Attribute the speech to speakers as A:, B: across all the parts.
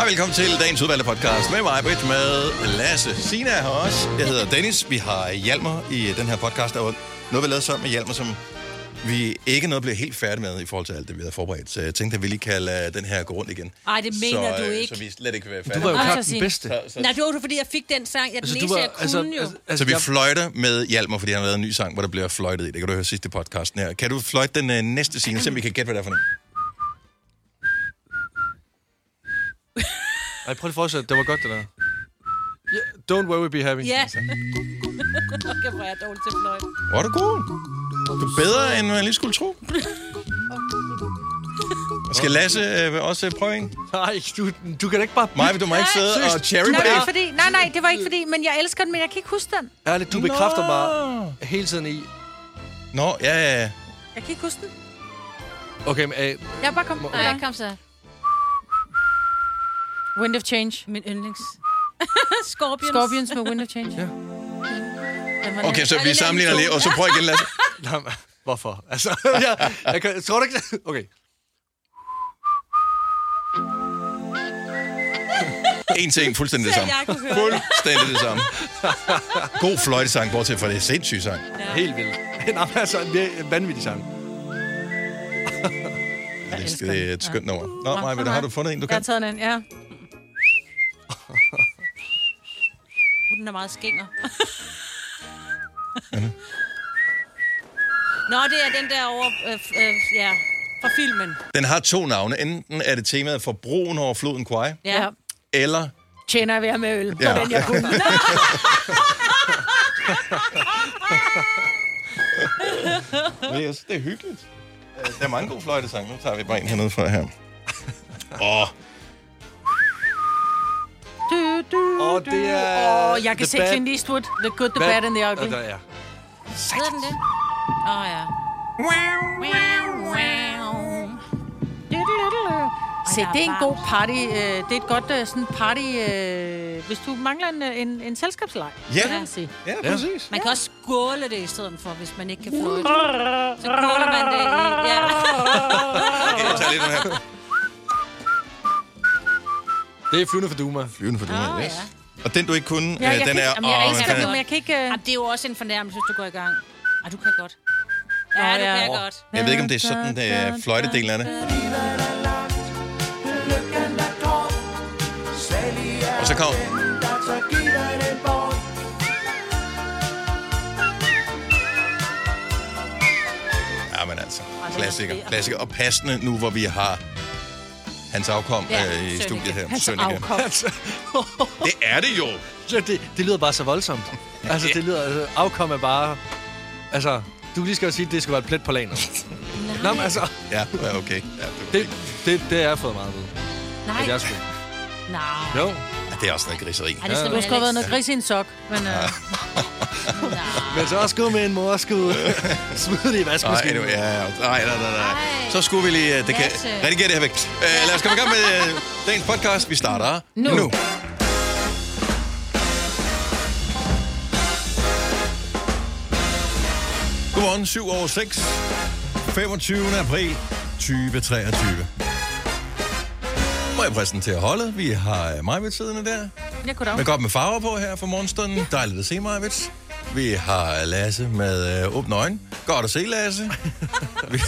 A: Og velkommen til dagens udvalgte podcast med mig, Britt, med Lasse. Sina er her også. Jeg hedder Dennis. Vi har Hjalmar i den her podcast. Og noget, vi lavede sammen med Hjalmar, som vi ikke noget blev helt færdige med i forhold til alt det, vi havde forberedt. Så jeg tænkte, at vi lige kan lade den her gå rundt igen.
B: Ej, det mener
A: så,
B: du
A: øh,
B: ikke.
A: Så vi slet ikke vil være
C: Du
A: færdige.
C: var jo
B: Ej,
C: klart
B: så
C: den
B: sind.
C: bedste.
A: Så, så,
B: Nej, det var du, fordi jeg fik den sang. Jeg er den altså,
C: du
B: eneste,
C: var,
B: jeg kunne jo.
C: altså,
A: så
C: altså,
A: vi
C: jeg-
A: fløjter med Hjalmar, fordi han har lavet en ny sang, hvor der bliver fløjtet i. Det kan du høre sidst i podcasten her. Kan du fløjte den øh, næste scene, så vi kan gætte, hvad det er for en?
C: Ej, prøv lige at fortsætte. Det var godt, det der. Yeah, don't worry, be happy.
B: Ja. Okay, hvor er jeg dårlig til fløjt.
A: Hvor er du god? Du er bedre, end man lige skulle tro. Skal Lasse øh, også prøve en?
C: Nej, du, du kan da ikke bare...
A: Maja, vil du må ikke
D: Nej,
A: sidde og
C: seriøst.
A: cherry
D: Nej, det
A: pick.
D: var ikke fordi, nej, nej, det var ikke fordi, men jeg elsker den, men jeg kan ikke huske den.
C: Ærligt, du bekræfter mig hele tiden i...
A: Nå, ja, ja, ja.
D: Jeg kan ikke huske den.
C: Okay, men, øh,
D: Jeg er bare kom.
C: Nej,
D: kom så. Wind of Change.
B: Min yndlings. Scorpions.
D: Scorpions med Wind of Change.
C: Ja.
D: Den var nem.
A: Okay, så
B: Ej, det
A: vi
B: er
A: sammenligner
B: en
A: lige, og så prøv igen, Lasse.
C: nej, men, hvorfor? Altså, jeg, jeg, kan, tror du ikke... Okay.
A: En til en, fuldstændig det
B: Så
A: samme.
B: jeg kunne høre det.
A: Fuldstændig det samme. God fløjtesang, bortset fra det er sindssyge sang.
C: Helt vildt. Nej, men altså, det er en vanvittig sang.
A: Det er- Det er et skønt nummer. Nå, Maja, men har du fundet en, du
D: Jeg har
A: kan?
D: taget den, ja.
B: Uh, Den er meget skænger. Nå, det er den der over... Øh, f- øh, ja, fra filmen.
A: Den har to navne. Enten er det temaet for broen over floden Kwai,
B: Ja.
D: Ja.
B: ja.
A: eller...
D: Tjener jeg ved at med øl.
A: Ja.
D: Ja. Den jeg kunne.
A: Yes, det er hyggeligt. Der er mange gode fløjtesange. Nu tager vi bare en hernede fra her. Åh, oh,
D: Du, du,
C: Og det er...
D: Åh, oh, jeg
C: The
D: kan se
C: bad-
D: Clint Eastwood. The good, the bad and the
C: Og
D: ugly.
C: der er-
B: Hedder den det? Åh, oh, ja.
D: Se, det er en god party. øh, Det er et godt øh, sådan party... øh, Hvis du mangler en, øh, en, en selskabsleg,
A: Ja.
D: så kan jeg sige.
A: ja, præcis.
B: Man kan også skåle det i stedet for, hvis man ikke kan fløjte. Så kåler man det i. Ja.
A: Okay, jeg tager lige den her.
C: Det er flyvende for Duma.
A: Flyvende for den
B: Åh,
A: her,
B: ja.
A: yes. Og den, du ikke kunne,
D: Ah, Ja,
A: øh,
D: jeg
A: den
D: kan,
A: er...
D: jamen, jeg
A: åh, men
D: elsker
A: den
D: det,
A: er-
D: men jeg kan ikke... øh,
B: Jamen, det er jo også en fornærmelse, hvis du går i gang. Ah, du kan godt. Ja,
D: Nå,
B: du
D: ja.
B: kan godt.
A: Jeg ved ikke, om det er sådan, øh, det er fløjtedelen af det. Og så kom. Ja, men altså. Klassiker. Klassiker. Og passende nu, hvor vi har hans afkom
B: Ja,
A: ja, øh, i
B: Sønneke.
A: studiet her.
D: Hans
A: Sønneke.
D: afkom.
A: Det er det jo.
C: Så det, det lyder bare så voldsomt. Altså, det lyder... Altså, afkom er bare... Altså, du lige skal jo sige, at det skal være et plet på laner. Nå, men altså...
A: Ja, ja, okay. Ja, det,
C: Det, det, det er jeg fået meget ved.
B: Nej,
C: At jeg skulle.
B: nej.
C: Jo.
A: ja, det er også noget griseri.
B: Ej, det skal
D: Du skulle
B: man
D: have været
B: heller
D: noget gris i en sok, men... Øh,
B: ikke. Nej.
C: Men så også gå med en morskud. Smid det i
A: Nej,
C: vaskemaskinen.
A: nu, ja, ja. nej, nej, nej, nej.
B: Ej.
A: Så skulle vi lige... øh, Det kan,
B: Lasse.
A: redigere det her væk. Uh, lad os komme i gang med øh, dagens podcast. Vi starter nu.
D: Nu.
A: nu. Godmorgen, 7 over 6. 25. april 2023. Må jeg præsentere holdet? Vi har øh, mig ved siden af der.
D: jeg kunne da
A: Med godt med farver på her for morgenstunden. Ja. Dejligt at se mig, Vits. Vi har Lasse med øh, åbne øjne. Godt at se, Lasse. vi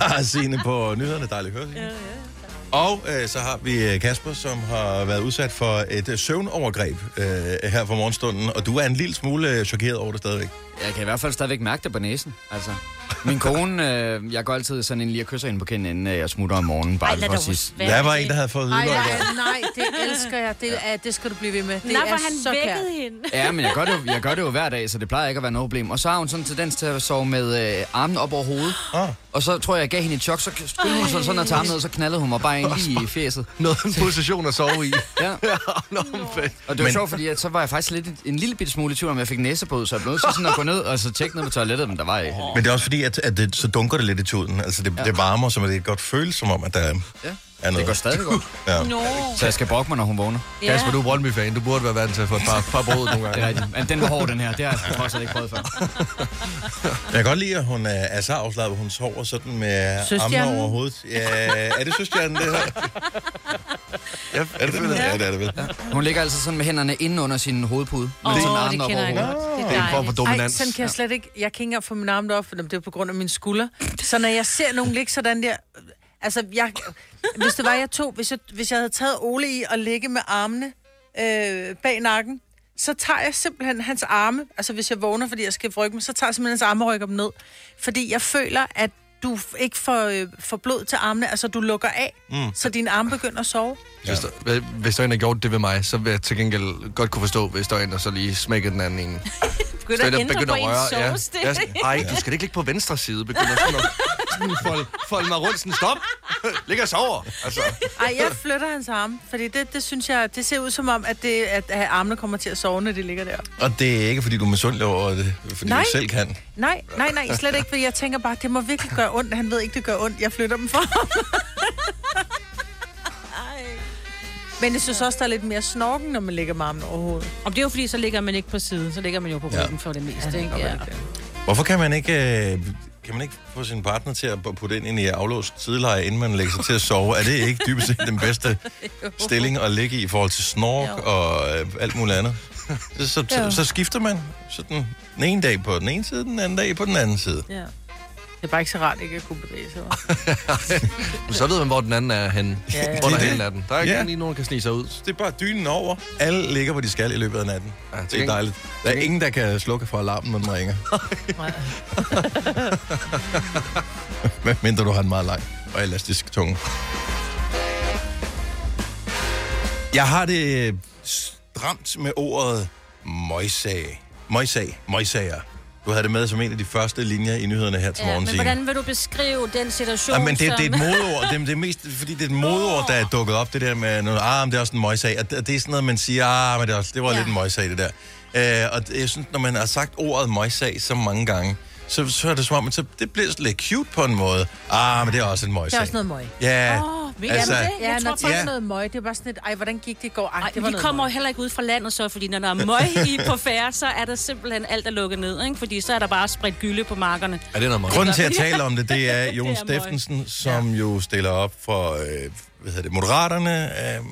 A: har Signe på nyhederne. Dejligt at høre, Signe. Og øh, så har vi øh, Kasper, som har været udsat for et øh, søvnovergreb øh, her for morgenstunden. Og du er en lille smule øh, chokeret over det stadigvæk.
E: Jeg kan i hvert fald stadigvæk mærke det på næsen. Altså, min kone, øh, jeg går altid sådan en lige og kysser hende på kinden, inden øh, jeg smutter om morgenen. Bare
B: Ej,
E: lige
B: lad
E: for at
B: dog
E: sige,
B: være.
A: Der var en, der havde fået
D: Nej,
A: udløbet.
D: nej, nej, det elsker jeg. Det, er, det skal du blive ved med. Det
B: Nej,
D: er
B: for han
D: så kært.
B: vækkede hende.
E: Ja, men jeg gør, det jo, jeg gør det jo hver dag, så det plejer ikke at være noget problem. Og så har hun sådan en tendens til at sove med øh, armen op over hovedet.
A: Ah.
E: Og så tror jeg, jeg gav hende et chok, så skyldte hun sig sådan at tage armen ned, og så knaldede hun mig bare ind lige i fjeset.
C: Noget en position at sove i.
E: Ja.
C: Nå, men fedt.
E: Og det var
A: Men-
E: men... sjovt, fordi at, så var jeg faktisk lidt, en lille bitte smule i tvivl, om jeg fik næsebåd, så jeg blev nødt til sådan at gå ned og så tjekke ned på toilettet, men der var jeg heller ikke.
A: Men det er også fordi, at, at det, så dunker det lidt i tuden. Altså, det, ja. det varmer, så det er godt føles som om, at der er,
E: Ja.
A: er noget.
E: Det går stadig godt.
A: Ja.
B: Nå.
E: Så jeg skal brokke mig, når hun vågner.
B: Ja.
C: Kasper, du er Brøndby-fan. Du burde være vant til at få et par, par brød nogle
E: Altså, Det er
C: gange.
E: rigtigt. Men den var hård, den her. Det har jeg trods alt ikke prøvet før.
A: Jeg kan godt lide, at hun er, er så afslappet. Hun sover sådan med armene
D: Søstjernen.
A: over hovedet. Ja, er det søstjernen, det her?
C: Jeg,
A: Er det det? Ja, det er det vel.
E: Hun ligger altid sådan med hænderne inde under sin hovedpude.
B: Åh,
E: men sådan
B: det
E: armen op
B: kender
E: over
B: jeg
E: hovedet.
B: godt. Det er
C: det er en form for
B: dejligt.
D: Ej,
C: dominans.
D: sådan kan jeg slet ikke. Jeg kan ikke engang få min arm op, for det er på grund af min skulder. Så når jeg ser nogen ligge sådan der... Altså, jeg, hvis det var, jeg tog... Hvis jeg, hvis jeg havde taget Ole i at ligge med armene øh, bag nakken, så tager jeg simpelthen hans arme. Altså, hvis jeg vågner, fordi jeg skal rykke mig, så tager jeg simpelthen hans arme og rykker dem ned. Fordi jeg føler, at du f- ikke får, øh, får blod til armene. Altså, du lukker af, mm. så dine arme begynder at sove.
C: Hvis, der, hvis der er en, der gjorde det ved mig, så vil jeg til gengæld godt kunne forstå, hvis der er en, der så lige smækkede den anden en.
B: Begynder at ændre på ens sovestil.
C: Ja. Ja. Ej, du skal ikke ligge på venstre side, begynder sådan at sådan fold, fold mig rundt, sådan stop. Ligger og sover. Altså,
D: Ej, jeg flytter hans arme, fordi det, det synes jeg, det ser ud som om, at, det, at at armene kommer til at sove, når de ligger der.
A: Og det er ikke, fordi du er misundelig over det, fordi
D: Nej.
A: du selv kan.
D: Nej, nej, nej, slet ikke, for jeg tænker bare, det må virkelig gøre ondt. Han ved ikke, det gør ondt. Jeg flytter dem fra ham. Men jeg synes også, der er lidt mere snorken, når man ligger med armen over hovedet.
B: Om det er jo fordi, så ligger man ikke på siden, så ligger man jo på
A: Ja.
B: ryggen for det meste, ikke? Ja.
A: Hvorfor kan man ikke... øh, Kan man ikke få sin partner til at putte ind, ind i aflåst sideleje, inden man lægger sig til at sove? Er det ikke dybest set den bedste stilling at ligge i i forhold til snork
B: Jo.
A: og øh, alt muligt andet? Så, så, så,
B: Jo.
A: så skifter man sådan den ene dag på den ene side, den anden dag på den anden side.
B: ja.
D: Det er bare ikke så rart, ikke at kunne bevæge sig. hva'?
C: men så ved man, hvor den anden er henne.
D: Ja, ja.
C: Under
A: Det er
C: hele natten. Der er ikke
A: Ja.
C: ja. lige nogen, der kan snige sig ud.
A: Det er bare dynen over. Alle ligger, hvor de skal i løbet af natten.
C: Ja,
A: Det er dejligt. Der er ingen, der kan slukke for alarmen, når den ringer. Hvad mindre du har en meget lang og elastisk tunge. Jeg har det stramt med ordet møjsag. Møjsag. Møjsager. Du havde det med som en af de første linjer i nyhederne her til
B: ja.
A: morgen.
B: Men
A: Signe.
B: hvordan vil du beskrive den situation,
A: Ja, men det, det er
B: som...
A: et modord. Det, er- det er mest, fordi det er et modord, der er dukket op, det der med, noget, ah, men det er også en møjsag. Og det, og det er sådan noget, man siger, ah, men det, er også, det var ja.
B: Ja.
A: lidt en møjsag, det der. Øh, og det- jeg synes, når man har sagt ordet møjsag så mange gange, så, så er det som om, at så, det bliver sådan lidt cute på en måde. Ah, men det er også en møjsag.
D: Det er også noget møg.
A: Ja,
B: Åh, mener
A: altså,
B: du det?
D: Ja,
B: Jeg
D: når
B: tror
D: folk
A: Ja.
D: er noget møg, det er bare sådan et, ej, hvordan gik det i går? Ej,
B: Ej,
D: det var
B: vi
D: noget
B: kommer jo
D: møg.
B: heller ikke ud fra landet så, fordi når der er møg i på færre, så er der simpelthen alt er lukket ned, ikke? Fordi så er der bare spredt gylde på markerne.
C: Er det noget meget?
A: Grunden til, at tale om det, det er Jon
B: møg.
A: Steffensen, som jo stiller op for øh, hvad hedder det, Moderaterne, øh,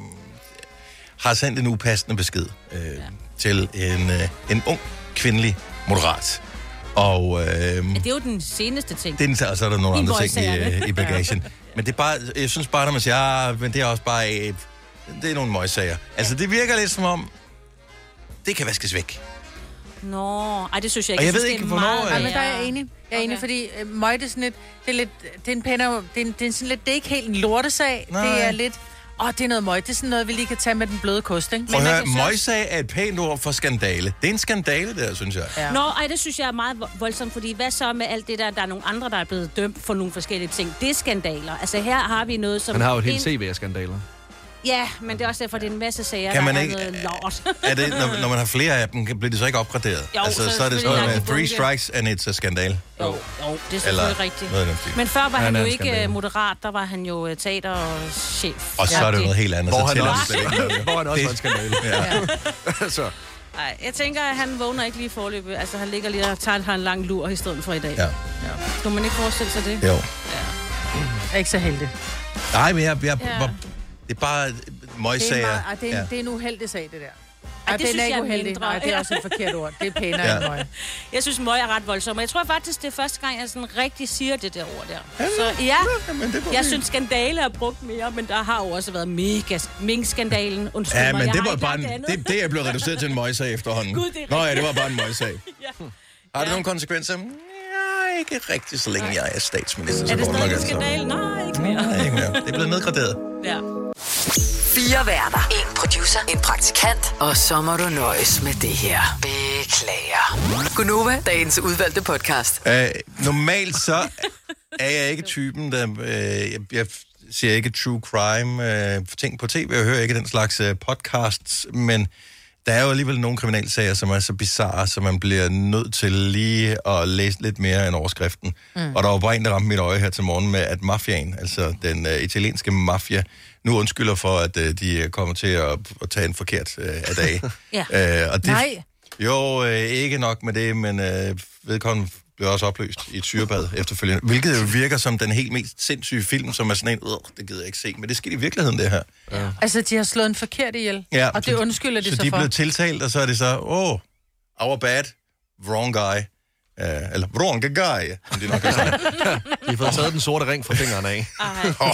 A: har sendt en upassende besked øh, ja. til en, øh, en ung kvindelig moderat. Og øh,
B: Men det er jo den seneste ting.
A: det er, og så er der nogle
B: I
A: andre ting i,
B: møgsagerne.
A: øh, i bagagen. Men det er bare, jeg synes bare, når man siger, ah, men det er også bare, øh, det er nogle møgssager. Altså, det virker lidt som om, det kan vaskes væk.
B: Nå, ej, det synes jeg ikke.
A: Og jeg ved
B: synes, det er
A: ikke, hvornår,
B: meget
A: øh,
D: Ej, men der er
B: værre.
D: jeg enig. Jeg er enig,
B: Okay.
D: fordi øh, møg, det er sådan lidt, det er lidt, det er en pænere, det er, en, det er en sådan lidt, det er ikke helt en lortesag.
A: Nej.
D: Det er lidt, åh, det er noget møg, det er sådan noget, vi lige kan tage med den bløde kost, ikke?
A: Prøv at
B: man
A: høre,
B: kan så-
A: møgsag er et pænt ord for skandale. Det er en skandale der, synes jeg.
D: Ja.
B: Nå, ej, det synes jeg er meget vo- voldsomt, fordi hvad så med alt det der, der er nogle andre, der er blevet dømt for nogle forskellige ting? Det er skandaler. Altså her har vi noget, som...
C: Han har jo et helt
B: en-
C: CV af skandaler.
B: Ja, men det er også derfor, det er en masse sager,
A: Kan
B: kan man
A: man
B: der
A: ikke-
B: er noget lort.
A: er det, når, når man har flere af dem, kan- bliver de så ikke opgraderet?
B: Jo,
A: altså, så,
B: så
A: er det
B: selvfølgelig
A: sådan noget med
B: langt i
A: three
B: bunke.
A: strikes and it's a skandal.
B: jo, jo, det er
A: Eller
B: selvfølgelig rigtigt.
A: noget i den stil.
B: Men før var
C: Han
B: han,
C: er
B: jo
C: en
B: ikke
C: skandale.
B: øh, moderat, der var han jo øh, teaterchef.
A: Og så er det jo noget helt andet. så
C: Hvor han,
A: tæller det
C: også,
A: slet ikke noget.
C: hvor han også var en skandale.
A: Ja.
C: altså,
B: Nej, jeg tænker, at han vågner ikke lige i forløbet. Altså, han ligger lige og tager har en lang lur i stedet for i dag.
A: Ja.
B: Kunne man ikke forestille sig det?
A: Jo.
D: Jeg er ikke så heldig.
A: Nej, men jeg, jeg,
B: Ja.
A: jeg, det er bare
D: Det er, en,
A: møgssager.
D: meget-
B: ah,
D: ej, det, er en,
A: Ja.
D: det er en uheldig sag, det der. Ej,
B: det
D: den
B: synes
D: er ikke
B: jeg er
D: uheldig.
B: mindre.
D: Nej, det er også et forkert ord. Det er pænere
A: Ja.
D: ja. end møg.
B: Jeg synes, møg er ret voldsom, og jeg tror faktisk, det er første gang, jeg sådan rigtig siger det der ord der. Så ja,
A: Jamen, det var
B: jeg synes, skandale er brugt mere, men der har jo også været mega minkskandalen. Undskyld
A: Ja,
B: mig,
A: men
B: jeg
A: det
B: har
A: var
B: ikke
A: bare en,
B: lært andet.
A: det, det er blevet reduceret til en møjsag efterhånden.
B: Gud, det er
A: Nå ja, det
B: rigtigt.
A: var bare en møjsag. Har det nogen konsekvenser? Nej, ikke rigtigt, så længe jeg er statsminister. så
B: Er det
A: går nok
B: stadig en
A: alt sammen.
B: skandale? Nej, ikke mere.
A: Nej, ikke mere. Det er blevet nedgraderet.
B: Ja.
F: Fire værter. En producer. En praktikant. Og så må du nøjes med det her. Beklager. Gunova, dagens udvalgte podcast.
A: Uh, normalt så er jeg ikke typen, der... Uh, jeg, jeg ser ikke true crime uh, ting på tv, og hører ikke den slags uh, podcasts, men der er jo alligevel nogle kriminalsager, som er så bizarre, så man bliver nødt til lige at læse lidt mere end overskriften. Mm. Og der var bare en, der ramte mit øje her til morgen med, at mafiaen, altså den uh, italienske mafia, nu undskylder for, at uh, de kommer til at, at tage en forkert uh, af dag.
B: Ja.
A: uh, og det,
D: Nej.
A: jo, øh, ikke nok med det, men øh, vedkommende blev også opløst i et syrebad efterfølgende. Hvilket jo virker som den helt mest sindssyge film, som er sådan en, "Øh, det gider jeg ikke se. Men det skete i virkeligheden, det her. Ja.
D: Altså, de har slået en forkert ihjel. og det undskylder de
A: så
D: så,
A: de
D: for.
A: blev tiltalt, og så er det så, åh, oh, our bad, wrong guy. Uh, eller wrong guy, som de nok har sagt.
C: Vi har fået taget den sorte ring fra fingrene af.
A: Åh.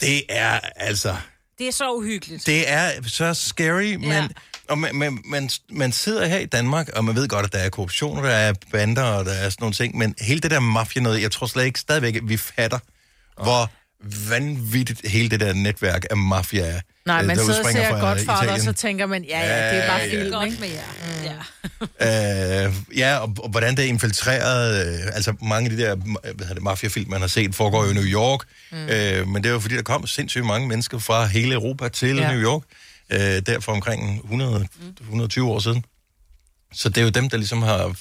A: det er altså...
B: Det er så uhyggeligt.
A: Det er så scary, men, ja. og man, man, man, man sidder her i Danmark, og man ved godt, at der er korruption, og der er bander, og der er sådan nogle ting, men hele det der mafia noget, jeg tror slet ikke stadigvæk, at vi fatter, hvor vanvittigt hele det der netværk af mafia er.
D: Nej,
A: øh,
D: man
A: der
D: sidder og
A: udspringer
D: ser
A: fra øh,
D: Godfather, og
A: Italien.
D: så tænker man, ja, ja, det er bare
A: Ja, ja.
D: film,
B: Godt
D: ikke?
B: med jer. Mm. Ja.
A: Øh, ja, og, og hvordan det er infiltreret. Øh, altså mange af de der ma- hvad hedder det, mafiafilm, man har set, foregår jo i New York. Mm. Øh, men det er jo fordi, der kom sindssygt mange mennesker fra hele Europa til
D: Ja.
A: ja. New York. Øh, der for omkring 100, 120 år siden. Så det er jo dem, der ligesom har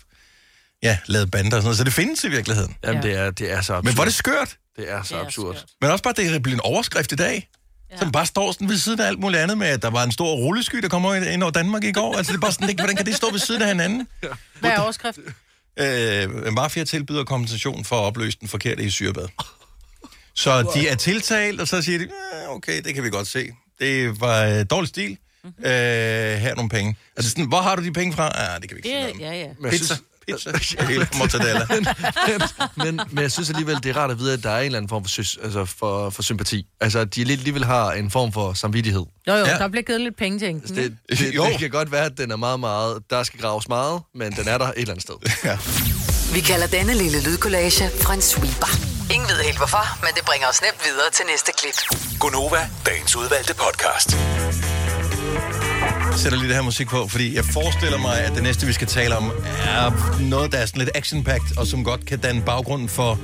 A: ja, lavet bander og sådan noget. Så det findes i virkeligheden.
C: Jamen,
D: Ja.
C: det er, det er så absurd.
A: Men hvor er det skørt.
C: det er så
B: Det er
C: absurd.
B: skørt.
A: Men også bare, det er blevet en overskrift i dag. Ja. Som bare står sådan ved siden af alt muligt andet med, at der var en stor rullesky, der kom ind ind over Danmark i går. Altså det er bare sådan, det- hvordan kan det stå ved siden af hinanden?
D: Mm. Hvad er overskriften?
A: øh, mafia tilbyder kompensation for at opløse den forkerte i syrebad. Så de er tiltalt, og så siger de, "Øh, okay, det kan vi godt se. Det var øh, dårlig stil.
C: Mhm.
A: Mm-hmm. Øh, her er nogle penge. Altså sådan, hvor har du de penge fra? Ah, det kan vi ikke sige noget om.
B: Det, ja, ja.
C: Men jeg
A: Pizza,
C: synes-
A: pizza, og hele mortadella.
C: men, men jeg synes alligevel, det er rart at vide, at der er en eller anden form for, sys, altså for, for sympati. Altså, at de lidt- alligevel har en form for samvittighed.
D: Jo, jo,
A: Ja.
D: der bliver givet lidt penge til
C: Altså,
D: enken.
C: det, det,
A: Jo.
C: det, kan godt være, at den er meget, meget... Der skal graves meget, men den er der et eller andet sted.
F: Vi kalder denne lille lydkollage en sweeper. Ingen ved helt hvorfor, men det bringer os nemt videre til næste klip.
G: Gunova, dagens udvalgte podcast.
A: sætter lige det her musik på, fordi jeg forestiller mig, at det næste, vi skal tale om, er noget, der er sådan lidt action og som godt kan danne baggrunden for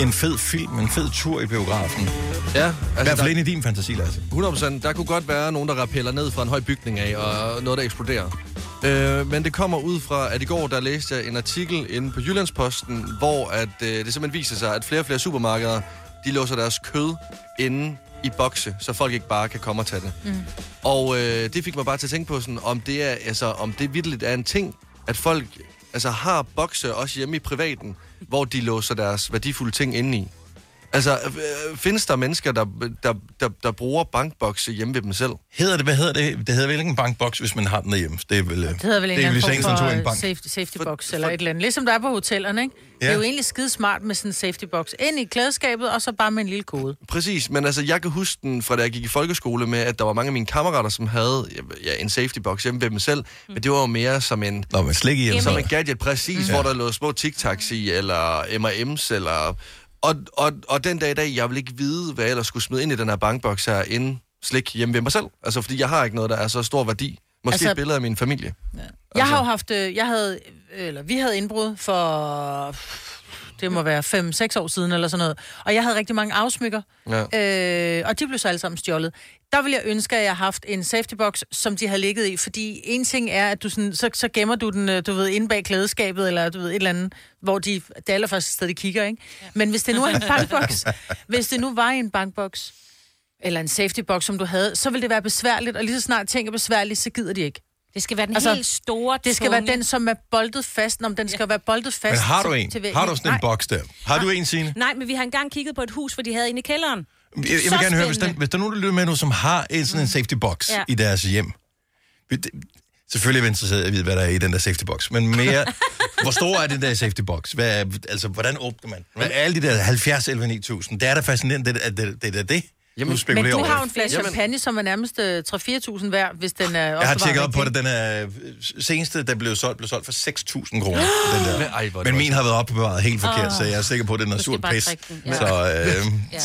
A: en fed film, en fed tur i biografen.
C: Ja,
A: I hvert
C: altså,
A: fald
C: der,
A: ind i din fantasi, Lasse.
C: 100%. Der kunne godt være nogen, der rappeller ned fra en høj bygning af, og noget, der eksploderer. Øh, men det kommer ud fra, at i går, der læste jeg en artikel inde på Jyllandsposten, hvor at, øh, det simpelthen viser sig, at flere og flere supermarkeder, de låser deres kød inde i bokse, så folk ikke bare kan komme og tage det. Mm. Og øh, det fik mig bare til at tænke på, sådan, om det er, altså, om det vitterligt er en ting, at folk altså, har bokse også hjemme i privaten, hvor de låser deres værdifulde ting inde i. Altså, øh, findes der mennesker, der, der, der, der bruger bankbokse hjemme ved dem selv?
A: Hedder det, hvad hedder det? Det hedder vel ikke en bankboks, hvis man har den derhjemme. Det er vel, det
D: Det hedder vel en
A: det er
D: eller
A: vel
D: anden
A: ligesom,
D: form
A: tog i
D: for øh,
A: en bank.
D: safety, safety box eller et eller andet. Ligesom der er på hotellerne, ikke? Ja. Det er jo egentlig skide smart med sådan en safety box. Ind i klædeskabet, og så bare med en lille kode.
C: Præcis, men altså, jeg kan huske den fra da jeg gik i folkeskole med, at der var mange af mine kammerater, som havde ja, en safety box hjemme ved dem selv, mm. men det var jo mere som en,
A: Nå, men slik i eller
C: som
A: sådan
C: en gadget, præcis, mm. hvor der lå små tic i, eller M&M's, eller... Og, og, og den dag i dag, jeg vil ikke vide, hvad jeg ellers skulle smide ind i den her bankboks her, inden slik hjemme ved mig selv. Altså, fordi jeg har ikke noget, der er så stor værdi. Måske altså,
D: Altså-
C: et billede af min familie.
D: Jeg har jo haft, øh, jeg havde, eller vi havde indbrud for, det må være 5-6 år siden eller sådan noget. Og jeg havde rigtig mange afsmykker, ja. øh, og de blev så alle sammen stjålet. Der ville jeg ønske, at jeg havde haft en safety box, som de havde ligget i, fordi en ting er, at du sådan, så, så gemmer du den, øh, du ved, inde bag klædeskabet, eller du ved, et eller andet, hvor de, det er allerførste sted, de kigger, ikke? Men hvis det nu er en bankboks, hvis det nu var i en bankboks, eller en safety box, som du havde, så ville det være besværligt, og lige så snart ting er besværligt, så gider de ikke.
B: Det skal være den
D: Altså,
B: altså, helt store,
D: Det skal være
B: tunge.
D: den, som er boltet fast. Nå, men den skal være boltet fast.
A: Men har du
D: til-
A: en?
D: til væggen.
A: Har du sådan en
D: Nej.
A: boks der? Har du en, Signe?
B: Nej, men vi har engang kigget på et hus, hvor de havde inde i kælderen.
A: Jeg, jeg vil
B: Så
A: gerne høre, hvis, den,
B: spændende.
A: hvis der er nogen, der lytter med nu, som har en,
D: Mm.
A: sådan en safety box
B: Ja.
A: i deres hjem. Vi- det- Selvfølgelig er vi interesseret i at vide, hvad der er i den der safety box, men mere, hvor stor er den der safety box? Hvad, er- altså, hvordan åbner man? Men alle de der 70, 11, 9000, det er da fascinerende, det er da det, det, det, det. Jamen, du
D: Men
A: spekulerer
D: du
A: over.
D: har jo en flaske
C: Jamen.
D: champagne, som er nærmest øh, 3-4.000 værd, hvis den er
A: Jeg har
D: opbevaret
A: tjekket op på det.
D: rigtigt.
A: Den er øh, seneste, der blev solgt, blev solgt for 6.000 kroner. den der.
C: Men, ej, hvor er det
A: Men
C: godt.
A: min har været opbevaret helt forkert, så jeg er sikker på, at den er
B: Du skal
A: surt
B: bare
A: pis.
B: drikke den, ja.
A: Så øh,
B: Ja.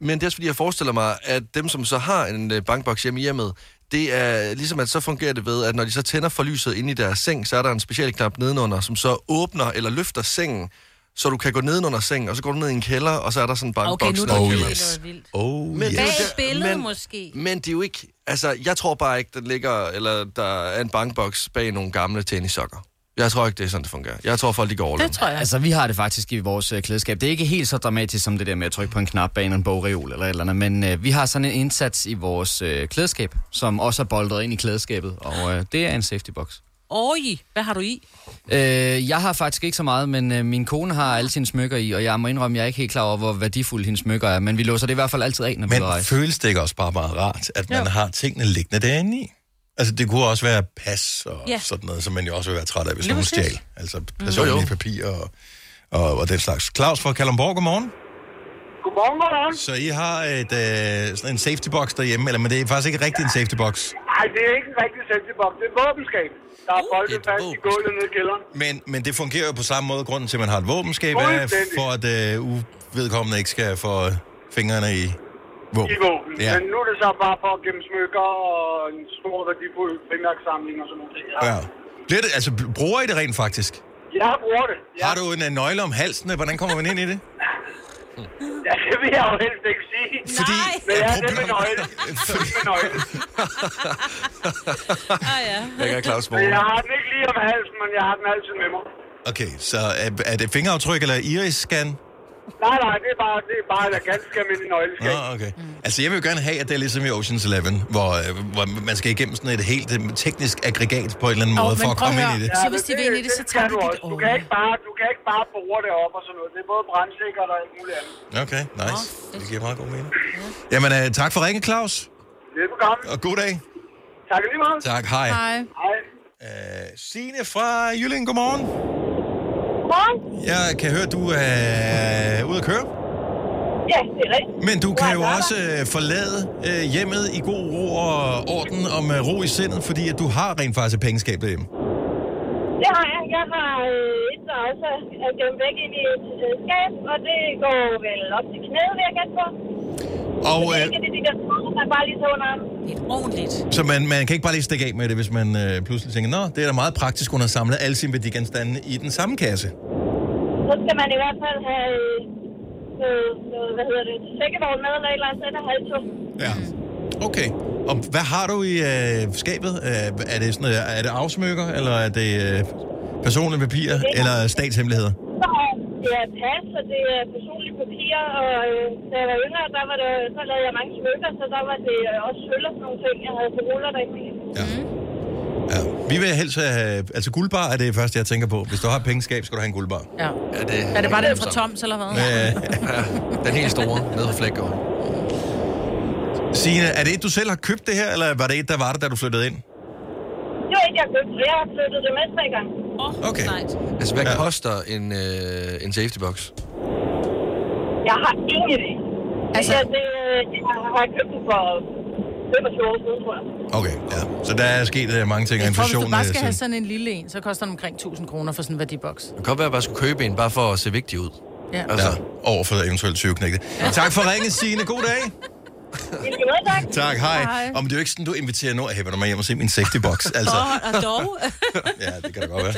C: Men det er også fordi, jeg forestiller mig, at dem, som så har en øh, bankboks hjemme i hjemmet, det er ligesom, at så fungerer det ved, at når de så tænder for lyset inde i deres seng, så er der en speciel knap nedenunder, som så åbner eller løfter sengen, så du kan gå nedenunder sengen, og så går du ned i en kælder, og så er der sådan en
B: Okay,
C: bankboks.
B: nu er
C: nede i
A: Oh,
B: det oh,
C: kælderen.
A: yes.
B: noget vildt.
A: oh
C: Men-
A: yes.
B: Bag
C: det er-
B: et billede
C: men-
B: måske.
C: Men det er jo ikke... Altså, jeg tror bare ikke, den ligger... Eller der er en bankboks bag nogle gamle tennissokker. Jeg tror ikke, det er sådan, det fungerer. Jeg tror, folk de går all in.
D: Det tror jeg.
E: Altså, vi har det faktisk i vores øh, klædeskab. Det er ikke helt så dramatisk som det der med at trykke på en knap bag en bogreol eller et eller andet, men øh, vi har sådan en indsats i vores øh, klædeskab, som også er boldet ind i klædeskabet, og øh, det er en safety box.
B: Oj, hvad har du i?
E: Øh, jeg har faktisk ikke så meget, men øh, min kone har alle sine smykker i, og jeg må indrømme, at jeg er ikke helt klar over, hvor værdifulde hendes smykker er, men vi låser det i hvert fald altid af, når vi er
A: Men
E: ude at rejse.
A: føles det ikke også bare meget rart, at man
B: Jo.
A: har tingene liggende derinde i? Altså, det kunne også være pas og
B: Ja.
A: sådan noget, som man jo også vil være træt af, hvis
D: Lige
A: nogen
D: præcis.
A: stjal. Altså, personlige mm. papirer og, og, og den slags. Claus fra Kalundborg, godmorgen.
H: Godmorgen, godmorgen.
A: Så I har et, øh, sådan en safety box derhjemme, eller men det er faktisk ikke rigtig en safety box.
H: Nej, det er ikke en rigtig sensibom. Det er et våbenskab. Der er boldet
C: et
H: fast i
C: våbenskab.
H: gulvet nede i kælderen.
A: Men, men det fungerer jo på samme måde, grunden til, at man har et våbenskab, er,
H: Fuldstændig.
A: for at øh, uvedkommende ikke skal få øh, fingrene i
H: I
A: våben.
H: våben. Ja.
A: Ja.
H: Men nu er det så bare for at gemme smykker og en stor værdifuld fingerakssamling og sådan noget.
A: ja. Bliver det, altså, bruger I det rent faktisk?
H: Jeg bruger det.
A: Ja. Har du en øh, nøgle om halsen? Hvordan kommer man ind i det?
H: Ja, det vil jeg jo helst ikke sige.
A: Fordi
B: Nej.
H: Men ja, det er med
A: problemet-
H: nøgle. Det er med nøgle.
B: Ah, ja.
C: Jeg er Claus
H: Men jeg
C: Morgen.
H: har den ikke lige om halsen, men jeg har den altid med mig.
A: Okay, så er, er det fingeraftryk eller iris-scan?
H: Nej, nej, det er bare, det er bare et ganske almindeligt nøgleskab.
A: Ah, okay. Altså, jeg vil jo gerne have, at det er ligesom i Ocean's Eleven, hvor, øh, hvor man skal igennem sådan et helt øh, teknisk aggregat på en eller anden
D: Åh,
A: måde for
D: men
A: at
D: prøv at
A: komme ind i
D: høre.
A: det.
D: Så
H: men
D: hvis de vil ind i det, så tager
H: kan
D: de
H: du
D: dit
H: også. Du
D: åh.
H: kan ikke bare, du kan ikke bare bore det op og sådan noget. Det er både brandsikkert og alt muligt andet.
A: Okay, nice. Det giver meget god mening. Jamen, øh, tak for ringen, Claus.
H: Velbekomme.
A: Og god dag.
H: Tak lige meget.
A: Tak, hej.
D: Nej.
H: Hej.
A: Øh, Signe fra Jylland, godmorgen.
H: Godmorgen.
A: Jeg kan høre, du er ude at køre.
H: Ja, det er rigtigt.
A: Men du kan jo
H: Ja,
A: også øh, forlade øh, hjemmet i god ro og orden om øh, ro i sindet, fordi at du har rent faktisk et pengeskab derhjemme.
H: Det har jeg. Jeg har øh, et størrelse af dem væk ind i et øh, skab, og det går vel op til knæet, vil jeg gætte på.
A: Og
H: Det er
A: øh,
H: ikke det, de der små, man bare lige så under armen.
B: Et ordentligt.
A: så man, man kan ikke bare lige stikke af med det, hvis man øh, pludselig tænker, nå, det er da meget praktisk, hun har samlet alle sine værdigenstande i den samme kasse.
H: Så skal man i hvert fald have øh, noget, noget, hvad hedder det, sækkevogn med eller et eller andet, så er der halvtum.
A: Ja. Okay. Og hvad har du i øh, skabet? Øh, er det sådan øh, er det afsmykker, eller er det øh, personlige papirer, eller statshemmeligheder?
H: Så har- det er pas, og det er personlige papirer, og øh, da jeg var yngre, der var det, så lavede jeg mange smykker, så der var det øh, også sølv og sådan nogle ting, jeg havde på ruller derinde.
A: Ja. ja. Vi vil helst have... Altså guldbar er det første, jeg tænker på. Hvis du har et pengeskab, skal du have en guldbar.
D: Ja.
C: Ja, det,
D: Er det bare den fra Toms, eller hvad?
A: Øh,
C: Den helt store, nede på Flækgaard.
A: Signe, er det et, du selv har købt det her, eller var det et, der var det, da du flyttede ind?
H: Det var ikke, jeg købte, så jeg har flyttet det med tre gange.
B: Oh,
A: Okay.
B: Sejt.
C: Altså, hvad
A: Ja.
C: ja. koster en, øh, en safety box?
H: Jeg har ingen idé.
D: Altså-
H: Altså... Jeg, det,
I: øh,
H: jeg har købt den for 25 år siden, tror jeg.
A: Okay, ja. Så der er sket øh, mange ting, og
D: Jeg tror, hvis du
A: inflationen...
D: bare
A: øh,
D: skal have
A: siden-
D: sådan en lille en, så koster den omkring 1000 kroner for sådan en værdiboks.
C: Det kan godt være, at jeg bare skulle købe en, bare for at se vigtig ud.
D: Ja.
C: Altså,
A: Ja, over for eventuelt 20 knægte. Ja. Tak for ringen, Signe. God dag.
H: I lige måde, tak.
A: Tak, hej.
D: Hej.
A: Om det er jo ikke sådan, du inviterer nogen, hey, vil du med hjem og se min safety box? Altså,
B: Og, og dog.
A: ja, det kan da godt være.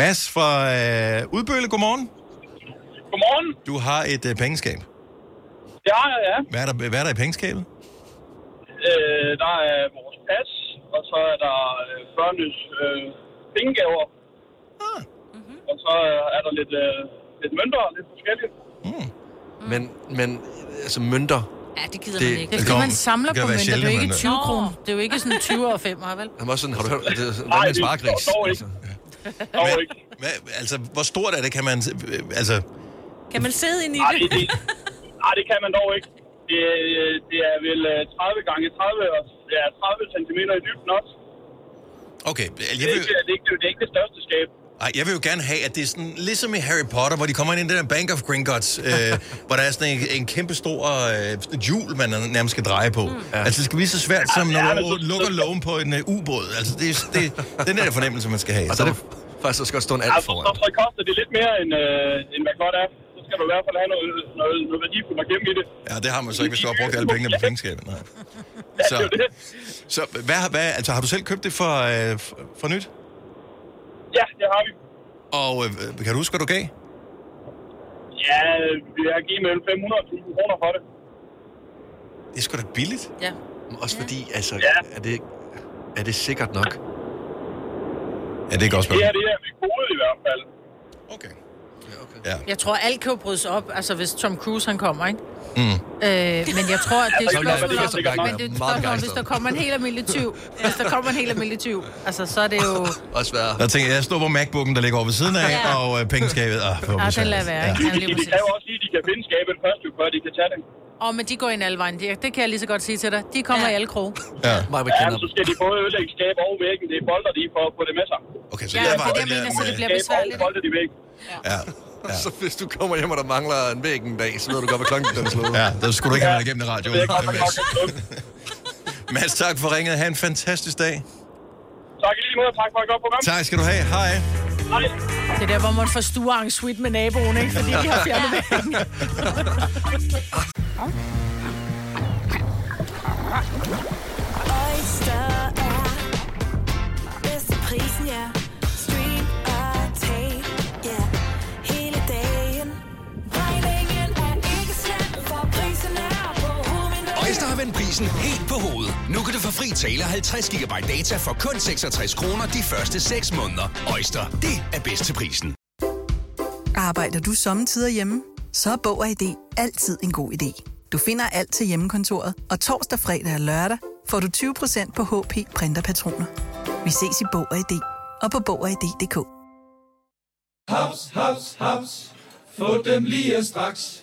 A: Mads fra øh, Udbølle, godmorgen.
H: Godmorgen.
A: Du har et øh, pengeskab.
H: Ja, ja, ja.
A: Hvad er, der, hvad er der i pengeskabet?
H: Øh, der er vores pas, og så er der øh, børnenes øh, pengegaver.
A: Ah.
H: Og så øh, er der lidt, øh, lidt mønter og lidt forskelligt.
C: men, men altså, mønter.
B: Ja, det gider
C: Det-
B: man ikke.
A: Det
D: Det er fordi,
A: kommer-
D: man samler
A: det kan
D: på
A: være
D: mønter. Det er jo
A: sjældent, man-
D: ikke 20
B: Nå.
D: kroner. Det er jo ikke sådan 20 og 5, vel?
C: Han var sådan, har du hørt, det, det, hvad med en
H: det
C: sparegris?
H: forstår jeg ikke.
C: Altså,
H: Dog
A: Men-
H: ikke.
A: Hvad, altså, hvor stort er det, kan man... øh, Altså,
B: Kan man sidde ind i
H: Nej,
B: det?
H: det, det, nej, det kan man dog ikke. Det, øh, det er vel øh, 30 gange 30, og ja, 30 cm i dybden også.
A: okay,
H: Det
A: jeg
H: er,
A: vil,
H: ikke, det, er ikke, det er ikke det største skab.
A: ej, jeg vil jo gerne have, at det er sådan, ligesom i Harry Potter, hvor de kommer ind i den der Bank of Gringotts, øh, hvor der er sådan en, en kæmpe stor øh, sådan hjul, man nærmest skal dreje på. Mm. Altså, det skal blive så svært, som når
H: ja,
A: du
H: men så-
A: lukker lågen på en øh, ubåd. Altså, det, er- det, det er den der fornemmelse, man skal have.
H: Altså-
C: og så er det faktisk også godt stå en
H: Ja,
C: alt
H: så, så,
C: foran.
H: så koster det lidt mere, end, øh, end hvad godt er. Så skal du i hvert fald have noget, noget, noget værdifuldt at gemme i det.
A: Ja, det har man så ikke, hvis du har brugt alle pengene på pengeskabet. Nej. Så, så hvad, hvad, altså, har du selv købt det for, øh, for- for nyt?
H: Ja, det har vi.
A: Og øh, kan du huske, hvad du gav?
H: Ja, vi har givet mellem 500.000 kroner for det.
A: Det er sgu da billigt.
D: Ja.
C: Også fordi, altså,
H: Ja.
C: er det, er det sikkert nok?
A: Ja, det er godt
H: Det
A: spørgsmål.
H: er det her, vi kodet i hvert fald.
A: Okay. Ja.
D: Jeg tror, alt kan jo brydes op, altså hvis Tom Cruise han kommer, ikke?
A: Mm.
D: Øh, men jeg tror, at det er
C: Så
D: et
C: vil jeg-
D: spørgsmål
C: det er sikkert
D: om,
C: meget-
D: men det er et
C: meget
D: spørgsmål om, hvis
C: begejstret.
D: der kommer en helt almindelig tyv. Hvis der kommer en helt almindelig tyv, altså så er det jo...
C: Også være.
A: Der tænker jeg, jeg står på MacBook'en, der ligger over ved siden af,
D: Ja.
A: og øh, pengeskabet. Ah,
D: Nej, den lader være, ikke? Ja, lige
J: De
D: præcis.
J: kræver også lige, at de kan finde skabet først, jo, før de kan tage det.
D: Og men de går ind alle vejen. Det, det kan jeg lige så godt sige til dig. De kommer ja. i alle kroge.
A: Ja.
C: Mig, vi
J: Ja,
C: kender
J: men så
C: dem.
J: skal de både ødelægge skab og væggen. Det er bolder, de for at få det med sig.
A: Okay, så
D: Ja,
A: det er
D: det
A: bare
D: er det,
A: den
D: jeg
A: der
D: mener, så det
A: med-
D: bliver
J: Skab og
D: besværligt.
J: bolder de væg.
A: Ja, ja.
C: Så hvis du kommer hjem, og der mangler en væg en dag, så ved du godt, hvad klokken den er slået.
A: Ja, der skulle du ikke have været igennem det radio.
J: Det er godt,
A: Det er
J: man
A: Mads.
J: godt
A: Mads, tak for ringet. Ha' en fantastisk dag.
J: Tak i lige måde. Tak for at gå på gang.
A: Tak skal du have. Hej.
D: Det er der, hvor man får stuearrang suite med naboen, ikke? Fordi de har fjernet væggen.
I: Oyster er bedst til prisen, ja. Stream og tag, ja. Hele dagen. Regningen er ikke slem, for prisen er på hovedet.
G: Øjster har vendt prisen helt på hovedet. Nu kan du få fri tale 50 GB data for kun 66 kroner de første 6 måneder. Øjster, det er bedst til prisen.
K: Arbejder du sommetider hjemme? Så er Bog og ID altid en god idé. Du finder alt til hjemmekontoret, og torsdag, fredag og lørdag får du 20% på HP Printerpatroner. Vi ses i Bog og ID og på Bog og ID.dk.
L: Haps, haps, haps. Få dem lige straks.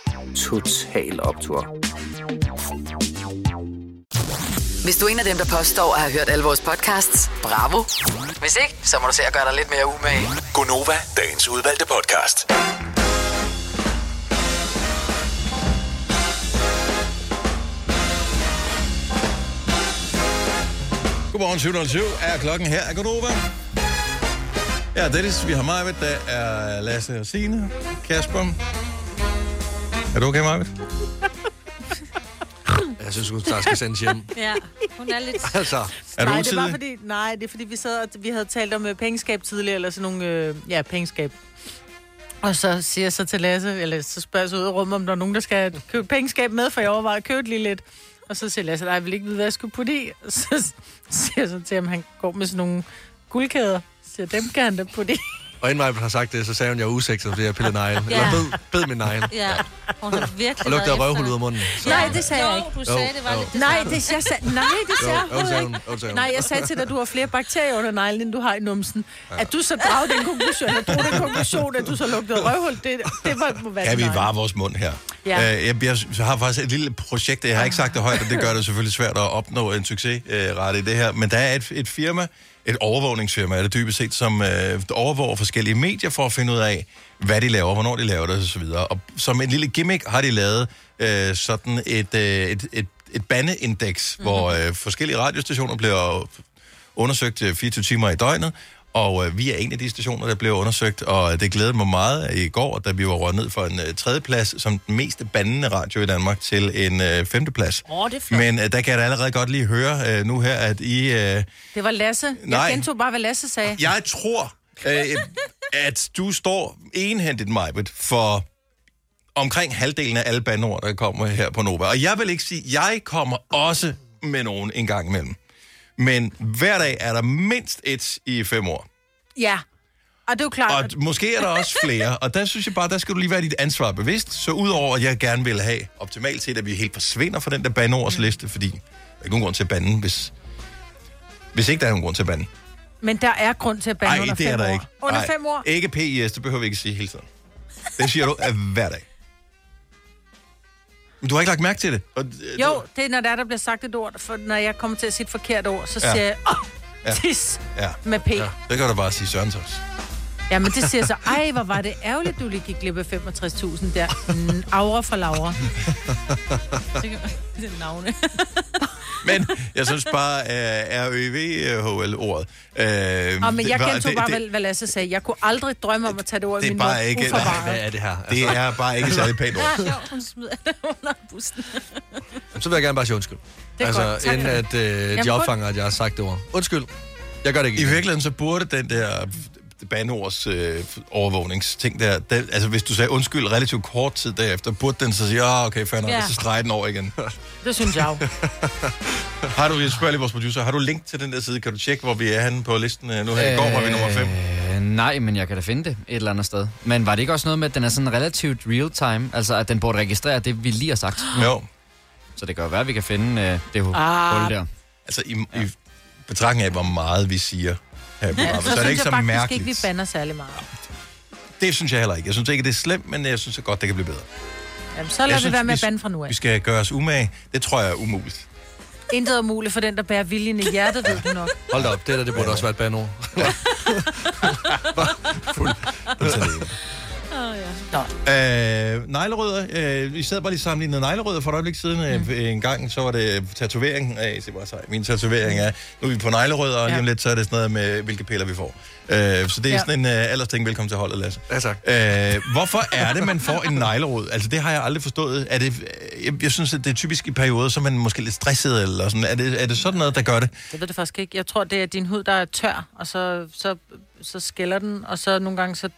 M: Total Optor.
F: Hvis du er en af dem, der påstår at have hørt alle vores podcasts, bravo. Hvis ikke, så må du se at gøre dig lidt mere umage.
G: Gonova, dagens udvalgte podcast.
A: Godmorgen, 707 er klokken her. Er Godnova. Ja, Dennis, vi har Marvitt, der er Lasse og Signe. Kasper. Er du okay, Marvitt?
C: Jeg synes, hun snart skal sendes hjem.
D: Ja, hun er lidt...
C: Altså,
A: Er du
D: nej, det var
A: utidig?
D: fordi, nej, det er fordi, vi, sad, og, vi havde talt om øh, pengeskab tidligere, eller sådan nogle, øh, ja, pengeskab. Og så siger jeg så til Lasse, eller så spørger jeg så ud af rummet, om der er nogen, der skal købe pengeskab med, for jeg overvejer at købe det lige lidt. Og så siger Lasse, nej, jeg vil ikke vide, hvad jeg skulle putte i. Og så siger jeg så til ham, han går med sådan nogle guldkæder. Så siger, jeg, dem kan han da putte i.
C: og inden mig har sagt det, så sagde hun, jeg er usekset, fordi jeg pillede neglen.
B: Ja.
C: Eller bed, bed min negl.
B: Ja, hun har virkelig
C: Og lugtede af
B: været
C: røvhul
B: efter
C: ud af
B: dig.
C: munden. Så.
D: Nej, det sagde jeg ikke.
B: jo, du sagde,
C: Jo,
B: det var
C: jo.
B: lidt det
D: Nej,
B: samme.
D: det, jeg sagde, nej, det
C: Jo,
D: sagde jeg
C: jo,
D: overhovedet
C: sagde
D: ikke.
C: hun, jo, sagde hun.
D: Nej, jeg sagde til dig, at du har flere bakterier under neglen, end du har i numsen. At du så drag den konklusion, at du den konklusion, at du så lugtede røvhul, det, det var, må være
A: Kan vi
D: nej.
A: vare vores mund her?
D: Ja.
A: Øh, jeg, jeg har faktisk et lille projekt, jeg har ikke sagt det højt, og det gør det selvfølgelig svært at opnå en succesrate i det her, men der er et, et firma, et overvågningsfirma, er det dybest set, som øh, overvåger forskellige medier for at finde ud af, hvad de laver, hvornår de laver det osv. Og som en lille gimmick har de lavet øh, sådan et, øh, et, et, et bandeindeks,
D: Mhm.
A: mm-hmm. hvor øh, forskellige radiostationer bliver undersøgt øh, 24 timer i døgnet, og øh, vi er en af de stationer, der blev undersøgt, og det glædede mig meget i går, da vi var røget ned fra en øh, tredjeplads som den mest bandende radio i Danmark til en øh, femteplads.
B: Åh, det er flot.
A: Men øh, der kan jeg da allerede godt lige høre øh, nu her, at I... Øh,
D: Det var Lasse.
A: Nej.
D: Jeg gentog bare, hvad Lasse sagde.
A: jeg tror, øh, at du står enhændigt, Majbet, for omkring halvdelen af alle bandord, der kommer her på Nova. Og jeg vil ikke sige, jeg kommer også med nogen en gang imellem. Men hver dag er der mindst et i fem år.
D: Ja. Og det er jo klart.
A: Og
D: at-
A: måske er der også flere, og der synes jeg bare, der skal du lige være dit ansvar bevidst. Så udover, at jeg gerne vil have optimalt set, at vi helt forsvinder fra den der bandeordsliste, fordi der er ikke nogen grund til at bande, hvis, hvis ikke der er nogen grund til at bande.
D: Men der er grund til at bande
A: Nej,
D: under
A: det er
D: fem
A: der
D: år.
A: ikke.
D: Under
A: Ej,
D: fem år?
A: Ikke PIS, det behøver vi ikke sige hele tiden. Det siger du øh, hver dag. Men du har ikke lagt mærke til det. Og, øh,
D: Jo, det er, når der, er, der bliver sagt et ord. For når jeg kommer til at sige et forkert ord, så
A: Ja.
D: siger jeg, åh,
A: Ja.
D: tis,
A: Ja,
D: med P. Ja.
A: det kan du bare sige Sørens også.
D: Jamen, det siger så, ej, hvor var det ærgerligt, du lige gik glip af 65.000 der. Mm, Aura for Laura.
B: Det er navne.
A: Men jeg synes bare, uh, RØVHL-ordet... Uh,
D: Og, men jeg kendte bare, hvad- hvad Lasse sagde. Jeg kunne aldrig drømme om at tage det ord i
A: det er
D: min
A: bare ikke...
D: uforvaret.
A: hvad er det her?
C: Altså-
A: Det er bare ikke særlig pænt ord.
D: Ja, jo, hun smider det under bussen.
C: Jamen, Så vil jeg gerne bare sige undskyld.
D: Det er
C: altså,
D: godt. Tak
C: inden
D: for
C: at
D: det.
C: øh,
D: Jamen,
C: de
D: prøv-
C: opfanger, at jeg har sagt det ord. Undskyld. Jeg gør det ikke.
A: I virkeligheden så burde den der bandeords øh, overvågningsting der, den, altså hvis du sagde undskyld relativt kort tid derefter, burde den så sige, ah, okay, fair nok,
D: Ja.
A: ja. så streger den over igen.
D: Det synes jeg jo.
A: har du, jeg spørger lige vores producer, har du link til den der side? Kan du tjekke, hvor vi er henne på listen øh, nu her? I går var vi nummer 5.
E: Øh, nej, men jeg kan da finde det et eller andet sted. Men var det ikke også noget med, at den er sådan relativt real-time? Altså, at den burde registrere det, vi lige har sagt?
A: Jo.
E: Så det kan jo være, at vi kan finde øh, det hul
A: Ah.
E: ah. der.
A: Altså, i, i betragtning af, hvor meget vi siger her i
D: Ja,
A: programmet,
D: så,
A: så er det
D: synes
A: ikke
D: jeg
A: så
D: faktisk
A: mærkeligt.
D: ikke, vi bander særlig meget.
A: Det synes jeg heller ikke. Jeg synes ikke, det er slemt, men jeg synes godt, det kan blive bedre.
D: Jamen, så lader
A: Jeg
D: vi
A: synes,
D: være med
A: vi-
D: at bande fra nu af.
A: Vi skal gøre os umage. Det tror jeg er umuligt.
D: Intet er muligt for den, der bærer viljen i hjertet, ved du nok.
C: Hold da op, det der, det burde også være et bandeord.
D: Oh, ja.
A: Øh, neglerødder. Øh, vi sad bare lige og sammenlignede neglerødder for et øjeblik siden. Mm. En gang, så var det tatovering. Øh, se bare sej. Min tatovering er, nu er vi på neglerødder, og lige om lidt, så er det sådan noget med, hvilke piller vi får. Øh, så det er
C: Ja.
A: sådan en øh, aldersting. Velkommen til holdet, Lasse.
C: Ja, tak.
A: Øh, hvorfor er det, man får en neglerod? Altså, det har jeg aldrig forstået. Er det, øh, jeg, jeg synes, at det er typisk i perioder, så er man måske lidt stresset eller sådan. Er det, er det sådan noget, der gør det?
D: Jeg ved det faktisk ikke. Jeg tror, det er din hud, der er tør, og så, så, så skælder den, og så nogle gange så...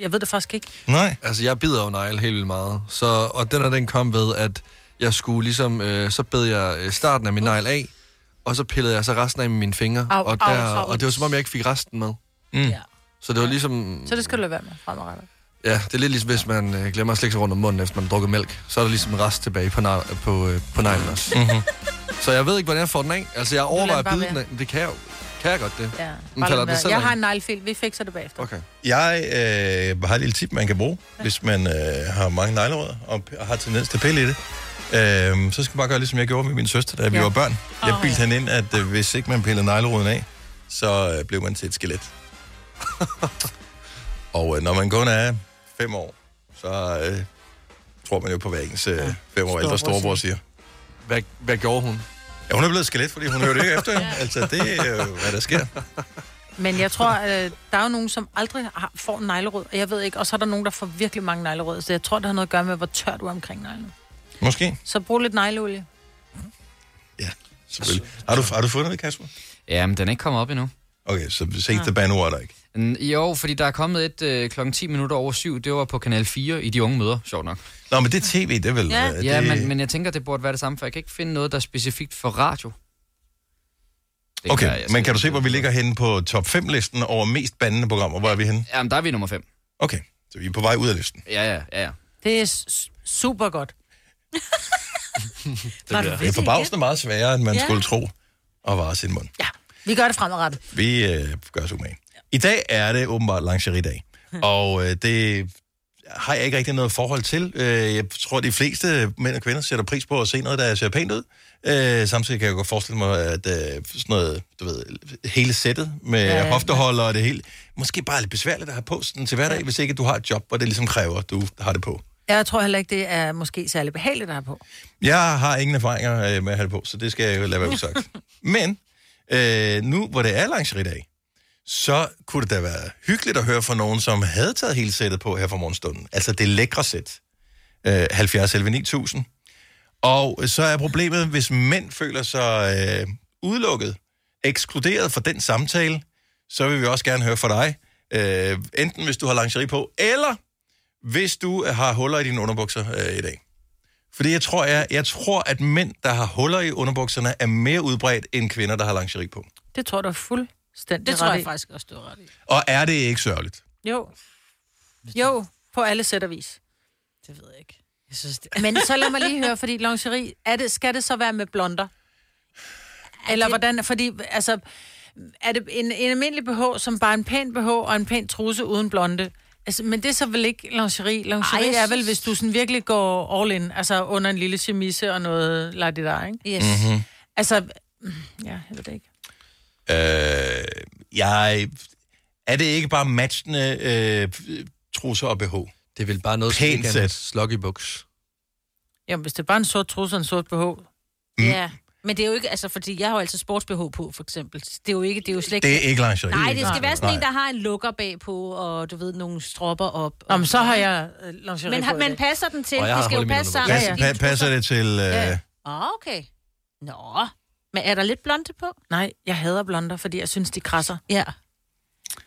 D: Jeg ved det faktisk ikke.
A: Nej.
C: Altså, jeg bider jo negle helt vildt meget. Så, og den her, den kom ved, at jeg skulle ligesom... Øh, så bed jeg øh, starten af min negl af, og så pillede jeg så resten af med mine fingre.
D: Au,
C: og,
D: au,
C: der,
D: au.
C: og det var som om, jeg ikke fik resten med.
A: Mm.
C: Ja. Så det var ligesom...
D: Så det skal du lade være med fremadrettet.
C: Ja, det er lidt ligesom, hvis man øh, glemmer at slikke sig rundt om munden, efter man har drukket mælk. Så er der ligesom en rest tilbage på, nar- på, øh, på neglen også.
A: Mm-hmm.
C: Så jeg ved ikke, hvordan jeg får den af. Altså, jeg overvejer
D: den
C: at
D: bare
C: bide den
D: være.
C: af. Det kan jeg, jo- kan jeg godt, det.
D: Ja,
C: Men
D: bare
C: falder
D: lad
C: den
D: være.
C: selv
D: Jeg
C: af?
D: har en neglefil. Vi fikser det bagefter.
C: Okay.
A: Jeg øh, har et lille tip, man kan bruge, hvis man øh, har mange neglerødder og p- har tendens til at pille i det. Øh, så skal man bare gøre, ligesom jeg gjorde med min søster, da vi
C: Ja.
A: var børn. Jeg
C: Åh,
A: bildte hende ind, at øh, hvis ikke man pillede negleruden af, så øh, blev man til et skelet. og øh, når man kun er fem år, så øh, tror man jo på, hvad ens øh, fem år ældre
C: Storebror
A: storebror siger.
C: Hvad, hvad gjorde hun?
A: Ja, hun er blevet et skelet, fordi hun hørte ikke efter. ja. Altså, det er jo, hvad der sker.
D: Men jeg tror, øh, der er jo nogen, som aldrig har, får en neglerød, og jeg ved ikke, og så er der nogen, der får virkelig mange neglerød, så jeg tror, det har noget at gøre med, hvor tør du er omkring neglen.
A: Måske,
D: Så brug lidt negleolie.
A: selvfølgelig. Har du, har du fundet det, Kasper?
E: Ja, men den er ikke kommet op endnu.
A: Okay, så set the band er der ikke.
E: Mm, Jo, fordi der er kommet et øh, klokken 10 minutter over syv. Det var på Kanal 4 i De Unge Møder, sjovt nok.
A: Nå, men det er tv, det er vel...
E: Ja,
A: øh,
E: ja
A: det...
E: men, men jeg tænker, det burde være det samme, for jeg kan ikke finde noget, der er specifikt for radio. Det
A: Okay,
E: kan jeg
A: men kan du se, hvor vi ligger henne på top 5-listen over mest bandende programmer? Hvor er vi henne?
E: Jamen, der er vi nummer 5.
A: Okay, så vi er på vej ud af listen.
E: Ja, ja, ja. ja.
D: Det er s- super godt.
A: Det, bliver- det er forbavsende meget sværere, end man
D: Ja.
A: ja. skulle tro at vare sin mund.
D: Vi gør det fremadrettet.
A: Vi øh, gør os umage. I dag er det åbenbart lingerie-dag, og øh, det har jeg ikke rigtig noget forhold til. Øh, jeg tror, de fleste mænd og kvinder sætter pris på at se noget, der ser pænt ud. Øh, samtidig kan jeg godt forestille mig, at øh, sådan noget, du ved, hele sættet med
N: Ja.
A: ja, hofteholder og det hele, måske bare lidt besværligt at have på sådan til hverdag, hvis ikke du har et job, hvor det ligesom kræver, at du har det på.
D: Jeg tror heller ikke, det er måske særlig behageligt at have på.
A: Jeg har ingen erfaringer øh, med at have det på, så det skal jeg jo lade være usagt. Men øh, nu, hvor det er lingerie-dag, så kunne det da være hyggeligt at høre fra nogen, som havde taget hele sættet på her for morgenstunden. Altså det lækre sæt. Øh, 70 11 9000. Og så er problemet, hvis mænd føler sig øh, udelukket, ekskluderet fra den samtale, så vil vi også gerne høre fra dig. Øh, enten hvis du har lingerie på, eller hvis du har huller i dine underbukser øh, i dag. Fordi jeg tror, jeg, jeg tror, at mænd, der har huller i underbukserne, er mere udbredt end kvinder, der har lingerie på.
D: Det tror du er fuldstændig
B: Det tror
D: ret
B: jeg
D: i.
B: faktisk også, du har ret i.
A: Og er det ikke sørgeligt?
D: Jo. Jo, på alle sæt og vis. Det ved jeg ikke. Jeg synes, det... Men så lad mig lige høre, fordi lingerie, er det, skal det så være med blonder? Eller hvordan, fordi, altså, er det en, en almindelig BH, som bare er en pæn BH og en pæn trusse uden blonde? Altså, men det er så vel ikke lingerie. Lingerie
B: Ej,
D: Ej, er
B: jeg
D: vel,
B: synes-
D: hvis du sådan virkelig går all in, altså under en lille chemise og noget la det der, ikke?
B: Yes.
A: Mhm.
D: Altså, mm, ja, jeg ved det ikke.
A: Øh, jeg, er det ikke bare matchende øh, trusser og BH?
C: Det er vel bare noget,
A: Pænt
C: som
A: sæt.
C: slog i buks.
D: Jamen, hvis det er bare en sort trusse og en sort BH.
A: Mm.
D: Ja.
B: Men det er jo ikke, altså, fordi jeg har jo altid sports-BH på, for eksempel. Det er jo ikke, det er jo slet
A: Det er ikke lingerie.
B: Nej, det skal
A: Nej.
B: være sådan en,
A: Nej.
B: der har en lukker bagpå, og du ved, nogle stropper op.
D: Nå, men så har jeg, øh, lingerie
B: Men, har-
D: på i
B: men
D: dag.
B: passer den til?
A: Og jeg
B: Det
A: har
B: skal
A: hul
B: jo
A: i
B: passe
A: midterne.
B: sammen. med
A: Pas-
B: dine
A: pa- passer
B: trusser.
A: det til, øh,
B: Ja. Åh, oh, okay. Nå. Men er der lidt blonde på?
D: Nej, jeg hader blonder, fordi jeg synes, de krasser.
B: Ja.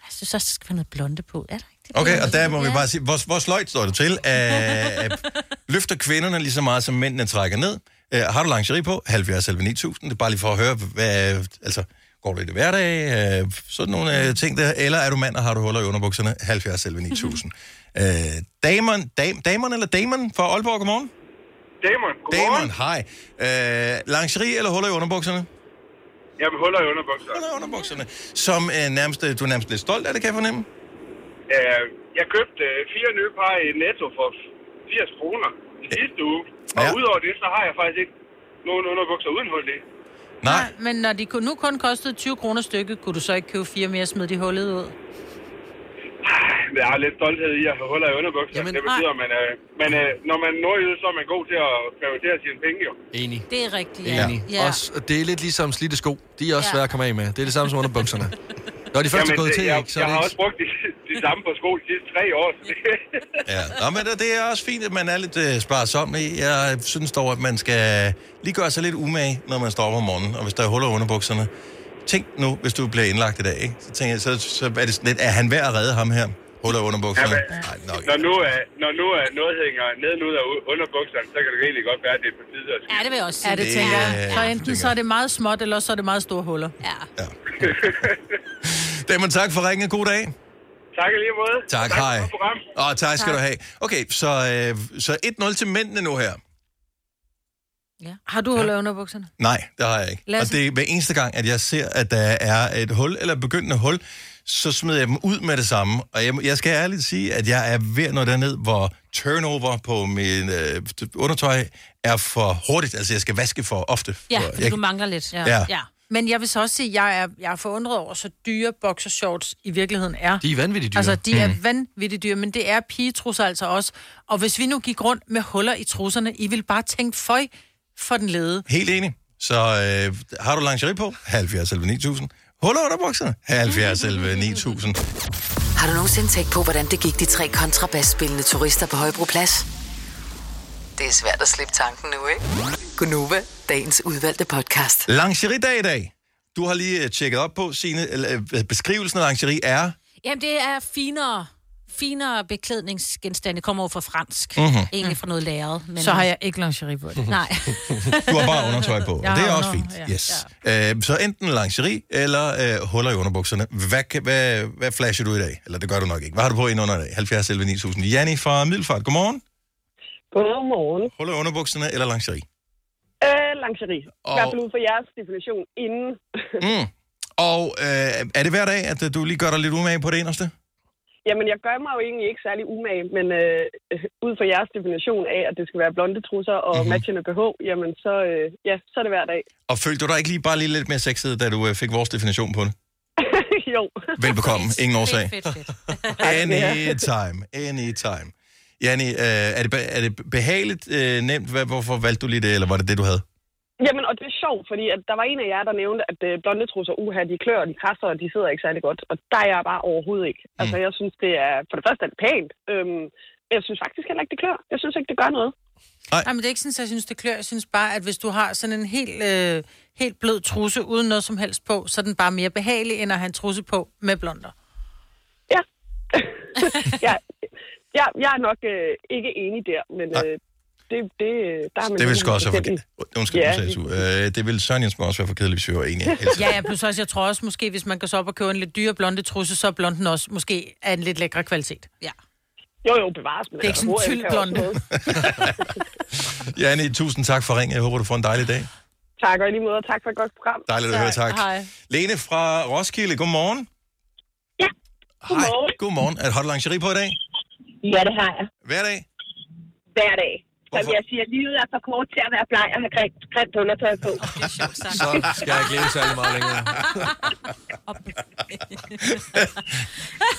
B: Jeg synes også, der skal være noget blonde på. Er der ikke?
A: Okay, og der må vi bare sige, hvor, hvor sløjt står det til? Æh, øh, løfter kvinderne lige så meget, som mændene trækker ned? Æh, har du lingerie på? 70 11 9000. Det er bare lige for at høre, hvad, altså, går du i det hverdag? Æh, sådan nogle øh, ting der. Eller er du mand, og har du huller i underbukserne? 70 11 9000. Æh, Damon, dam, Damon eller Damon fra Aalborg, godmorgen?
H: Damon,
A: Damon, hej. Æh, lingerie eller huller i underbukserne?
H: Jamen, huller i underbukser. Huller
A: i underbukserne. Som øh, nærmest, øh, du er nærmest lidt stolt af det, kan jeg fornemme?
H: Øh, jeg købte øh, fire nye par i Netto for 80 kroner i sidste uge. Og
A: Ja.
H: udover det, så har jeg faktisk ikke nogen underbukser uden hul i.
A: Nej.
D: Men når de kun- nu kun kostede 20 kroner stykket, kunne du så ikke købe fire mere og smide de hullet ud?
H: Men Jeg har lidt stolthed i at have huller i underbukser. Jamen, det betyder, at man, øh, man, øh, når man er nordjyde, så er man god til at prioritere sine penge. Jo.
C: Enig.
B: Det er rigtigt,
H: ja.
C: Enig.
H: Ja.
C: Også, og det er lidt ligesom slidte sko. De
H: Ja.
C: er også ja. svære at komme af med. Det er det samme som underbukserne. Når de først er
H: Jamen,
C: gået
H: det-
C: til,
H: jeg,
C: ikke, så er
H: jeg
C: det
H: har
C: ikke...
H: også brugt de, de samme på sko de sidste tre år. Så det,
A: Ja, Nå, men det- det er også fint, at man er lidt øh, sparsom. Jeg synes dog, at man skal lige gøre sig lidt umage, når man står op om morgenen, og hvis der er huller under bukserne. Tænk nu, hvis du bliver indlagt i dag, ikke? Så, tænker jeg, så, så er det sådan lidt, er han værd at redde ham her? Huller under bukserne?
H: Jamen, når, nu er, når nu er noget hænger nedenud af u- underbukserne, så kan det egentlig godt være, at det er på tide at
B: Ja, det vil jeg også sige.
D: Ja, det
A: Det-
D: tænker jeg.
A: ja,
D: Så
A: det
D: enten
A: tænker
D: så er det meget småt, eller også så er det meget store huller.
B: Ja.
A: Damon, tak for ringen. God dag.
H: Tak i lige måde.
A: Tak,
H: for
A: hej.
H: et program.
A: Åh, tak skal
H: Tak.
A: tak. du have. Okay, så, øh, så 1-0 til mændene nu her.
D: Ja. Har du huller under bukserne?
A: Nej, det har jeg ikke.
D: Lasse?
A: Og det er hver eneste gang, at jeg ser, at der er et hul, eller et begyndende hul, så smider jeg dem ud med det samme. Og jeg, jeg skal ærligt sige, at jeg er ved at nå derned, hvor turnover på min øh, undertøj er for hurtigt. Altså, jeg skal vaske for ofte.
D: Ja,
A: for,
D: fordi
A: jeg,
D: du mangler lidt.
A: Ja.
D: ja. Men jeg vil så også sige, at jeg er, jeg er forundret over, så dyre boxershorts i virkeligheden er.
C: De er vanvittigt dyre.
D: Altså, de er
C: Mm.
D: vanvittigt dyre, men det er pigetrusser altså også. Og hvis vi nu gik rundt med huller i trusserne, I vil bare tænke, føj for den lede.
A: Helt enig. Så øh, har du lingerie på? 70 11 9000. Huller under bukserne? 70 11 9000.
F: Har du nogensinde tænkt på, hvordan det gik de tre kontrabasspillende turister på Højbroplads? Det er svært at slippe tanken nu, ikke? Gunova, dagens udvalgte podcast.
A: Lingerie-dag i dag. Du har lige øh, tjekket op på, sine eller, øh, beskrivelsen af lingerie er...
B: Jamen, det er finere, finere beklædningsgenstande. kommer over fra fransk.
A: Mhm.
B: Egentlig fra noget læret. Men...
D: Mm.
B: øh,
D: Så har jeg ikke lingerie på det.
B: Nej.
A: Du har bare undertøj på, og
B: Jeg
A: det er
B: har
A: også
B: under-
A: fint. Yes. Øh, så enten lingerie eller øh, huller i underbukserne. Hvad, kan- hvad, hvad flasher du i dag? Eller det gør du nok ikke. Hvad har du på ind under i dag? 70 11 9000. Janni fra Middelfart, godmorgen.
O: Godmorgen.
A: Huller i underbukserne eller lingerie?
O: Øh, lingerie. Og... I
A: Og-
O: hvert fald ud fra jeres definition inden.
A: Mm. Og øh, er det hver dag, at øh, du lige gør dig lidt umage på det inderste?
O: Jamen, jeg gør mig jo egentlig ikke særlig umage, men øh, øh, ud fra jeres definition af, at det skal være blonde trusser og
A: Mhm.
O: mm-hmm. matchende BH, jamen så, øh, ja, så er det hver dag.
A: Og følte du dig ikke lige bare lige lidt mere sexet, da du øh, fik vores definition på det?
O: jo.
A: Velbekomme. Ingen årsag.
B: Fedt, fedt,
A: Anytime. Anytime. Janni, øh, er, det, be- er det behageligt øh, nemt? Hvad, hvorfor valgte du lige det, eller var det det, du havde?
O: Jamen, og det er sjovt, fordi at der var en af jer, der nævnte, at øh, blonde trusser, uha, de klør, de krasser, og de sidder ikke særlig godt. Og der er jeg bare overhovedet ikke. Altså,
A: Mm.
O: jeg synes, det er, for det første er det pænt, øhm, men jeg synes faktisk heller ikke, det klør. Jeg synes ikke, det gør noget.
A: Nej.
D: men det er ikke sådan, at jeg synes, det klør. Jeg synes bare, at hvis du har sådan en helt, øh, helt blød trusse uden noget som helst på, så er den bare mere behagelig, end at have en trusse på med blonder.
O: jeg, jeg, jeg er nok øh, ikke enig der, men øh, det, det, øh, der er man
A: Det vil
O: heldigvis
A: sgu også være
O: forskellig.
A: for... Undskyld,
O: Ja,
A: ja, sagde du. Øh, det vil Søren Jensen også være for kedeligt, hvis vi var enige. Helt sikkert.
D: ja, ja, plus også, jeg tror også måske, hvis man går så op og køber en lidt dyre blonde trusse, så er blonden også måske af en lidt lækre kvalitet.
B: Ja.
O: Jo, jo, bevares. Men
D: Det er ikke sådan en
O: altså,
D: tyld
O: kan også
D: blonde.
O: noget.
A: Janne, tusind tak for ringen. Jeg håber, du får en dejlig dag.
O: Tak, og i lige måde, og tak for et godt program.
A: Dejligt at høre, tak.
O: Hej.
A: Lene fra Roskilde, godmorgen. Ja, godmorgen. Hej. Godmorgen. Er, har du lingerie på i dag?
I: Ja, det har jeg.
A: Hver dag?
I: Hver dag. Som jeg siger, livet er for kort til at være bleg og have grimt, grimt undertøj på.
C: Så skal jeg ikke leve særlig meget længere.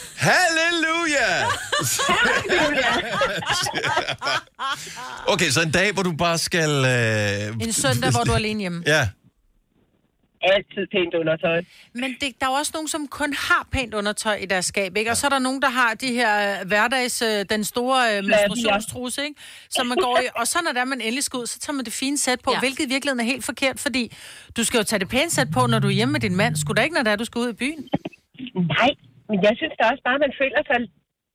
A: Halleluja! Okay, så en dag, hvor du bare skal... Øh...
D: en søndag, hvor du er alene hjemme.
A: Ja,
P: altid pænt undertøj.
D: Men det, der er jo også nogen, som kun har pænt undertøj i deres skab, ikke? Og så er der nogen, der har de her øh, hverdags, øh, den store øh, menstruationstrusse, ikke? Som man går i, og så når der man endelig skal ud, så tager man det fine sæt på, ja. hvilket i virkeligheden er helt forkert, fordi du skal jo tage det pæne sæt på, når du er hjemme med din mand. Skulle da ikke, når det er, du skal ud i byen?
P: Nej, men jeg synes da også bare, at man føler sig,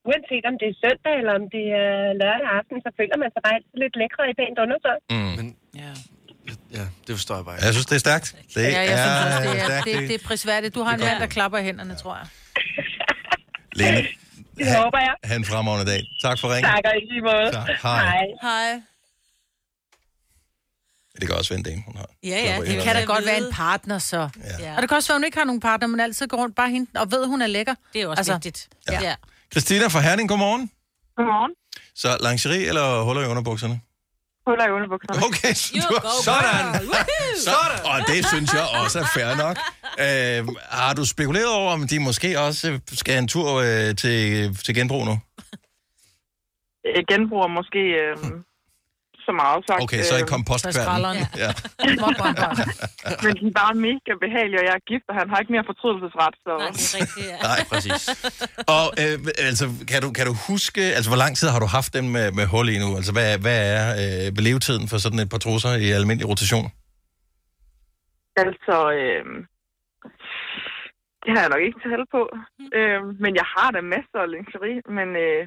P: uanset om det er søndag eller om det er lørdag aften, så føler man sig bare altid lidt lækre i pænt undertøj.
A: Mm. Men,
C: Ja, det forstår jeg bare
A: jeg synes, det er stærkt. Det
D: ja, jeg synes også, det er,
A: stærkt.
D: det, det er prisværdigt. Du har en mand, der klapper i hænderne, tror jeg.
A: Lene,
D: Det
A: han,
D: håber jeg.
A: han fremragende dag. Tak for ringen.
D: og i lige måde.
A: Tak. Hej. Hej.
D: Hej.
A: Det kan også være en dame, hun har.
D: Ja,
A: Klapper i
D: ja, det kan
A: hænderne.
D: da godt være en partner, så. Ja. Og det kan også være, at hun ikke har nogen partner, men altid går rundt bare hende, og ved, hun er lækker. Altså,
B: Det er jo også vigtigt.
D: Ja. ja.
A: Christina fra Herning, godmorgen.
P: Godmorgen.
A: Så lingerie eller huller i underbukserne?
P: Huller i underbukserne.
A: Okay, så du
P: go,
A: har... Sådan! Sådan! Og det synes jeg også er fair nok. Øh, har du spekuleret over, om de måske også øh, skal en tur øh, til, til genbrug nu?
O: Øh, genbruger måske øh, så meget øhm, sagt.
A: Okay, så i
D: Øh,
A: kompostkværnen. Ja.
O: Men de er bare mega behagelige, og jeg er gift, og han har ikke mere fortrydelsesret. Så. Nej,
B: det er rigtigt, ja.
A: Nej, præcis. Og øh, altså, kan du, kan du huske, altså hvor lang tid har du haft dem med, med hul i nu? Altså, hvad, er- hvad er øh, levetiden for sådan et par trusser i almindelig rotation?
O: Altså, øh, det har jeg nok ikke tal på.
D: Mm.
O: Øh, men jeg har da masser af lingerie, men øh,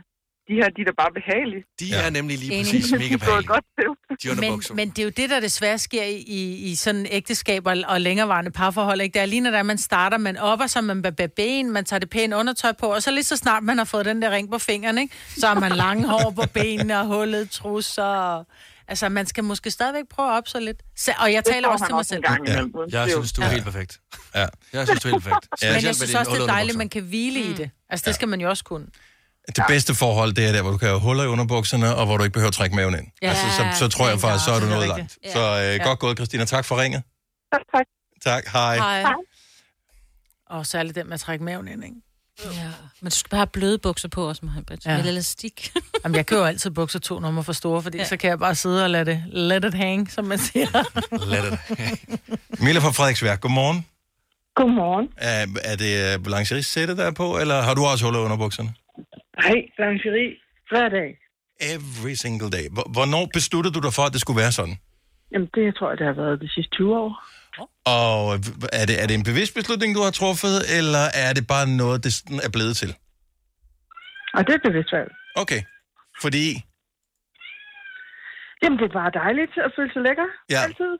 O: de her, de er da bare behagelige.
C: De ja. er nemlig lige
D: Enig. præcis mega
O: de går godt til.
C: De
D: Men, men det er jo det, der desværre sker i, i, i sådan ægteskaber og længerevarende parforhold. Ikke? Det er lige når det er, man starter, man opper sig, man bærer ben, man tager det pæne undertøj på, og så lige så snart man har fået den der ring på fingeren, ikke? så har man lange hår på benene og hullet trusser. Altså, man skal måske stadigvæk prøve at op så lidt. Så, og jeg
O: Det
D: taler
O: får
D: også
O: han
D: til mig
O: også en
D: selv.
O: gang imellem, uden
C: Jeg
O: tvivl.
C: synes, du er
O: Ja.
C: helt perfekt.
A: Ja.
C: Jeg synes, du er helt perfekt.
D: Men jeg synes også, det er dejligt, at man kan hvile
B: Mm.
D: i det. Altså, det skal man jo også kunne.
A: Det bedste forhold, det er der, hvor du kan have huller i underbukserne, og hvor du ikke behøver at trække maven ind.
D: Ja,
A: altså, så, så tror jeg faktisk, så er du
D: det er
A: noget langt.
D: rigtigt.
A: Så øh, godt gået, Christina. Tak for ringet.
O: Tak.
A: Tak, hej.
D: Hej. Og særligt den med at trække maven ind, ikke?
B: Ja. Men du skal bare have bløde bukser på også, Mohamed. Ja.
D: Ja.
B: Med elastik.
D: Jamen, jeg køber altid bukser to nummer for store, fordi ja. så kan jeg bare sidde og lade det, let it hang, som man siger.
A: Lad det. Mille fra Frederiksværk, godmorgen.
O: Godmorgen.
A: Er, er det øh, lingerie-sættet, der er på, eller har du også huller i underbukserne?
O: Nej, lingerie hver dag.
A: Every single day. Hvor- Hvornår besluttede du dig for, at det skulle være sådan?
O: Jamen, det tror jeg, det har været de sidste 20 år.
A: Og øh, er det, er det en bevidst beslutning, du har truffet, eller er det bare noget, det sådan er blevet til?
O: Og det er et bevidst valg.
A: Okay. Fordi,
O: Jamen, det er bare dejligt at føle sig lækker
A: Ja.
O: altid.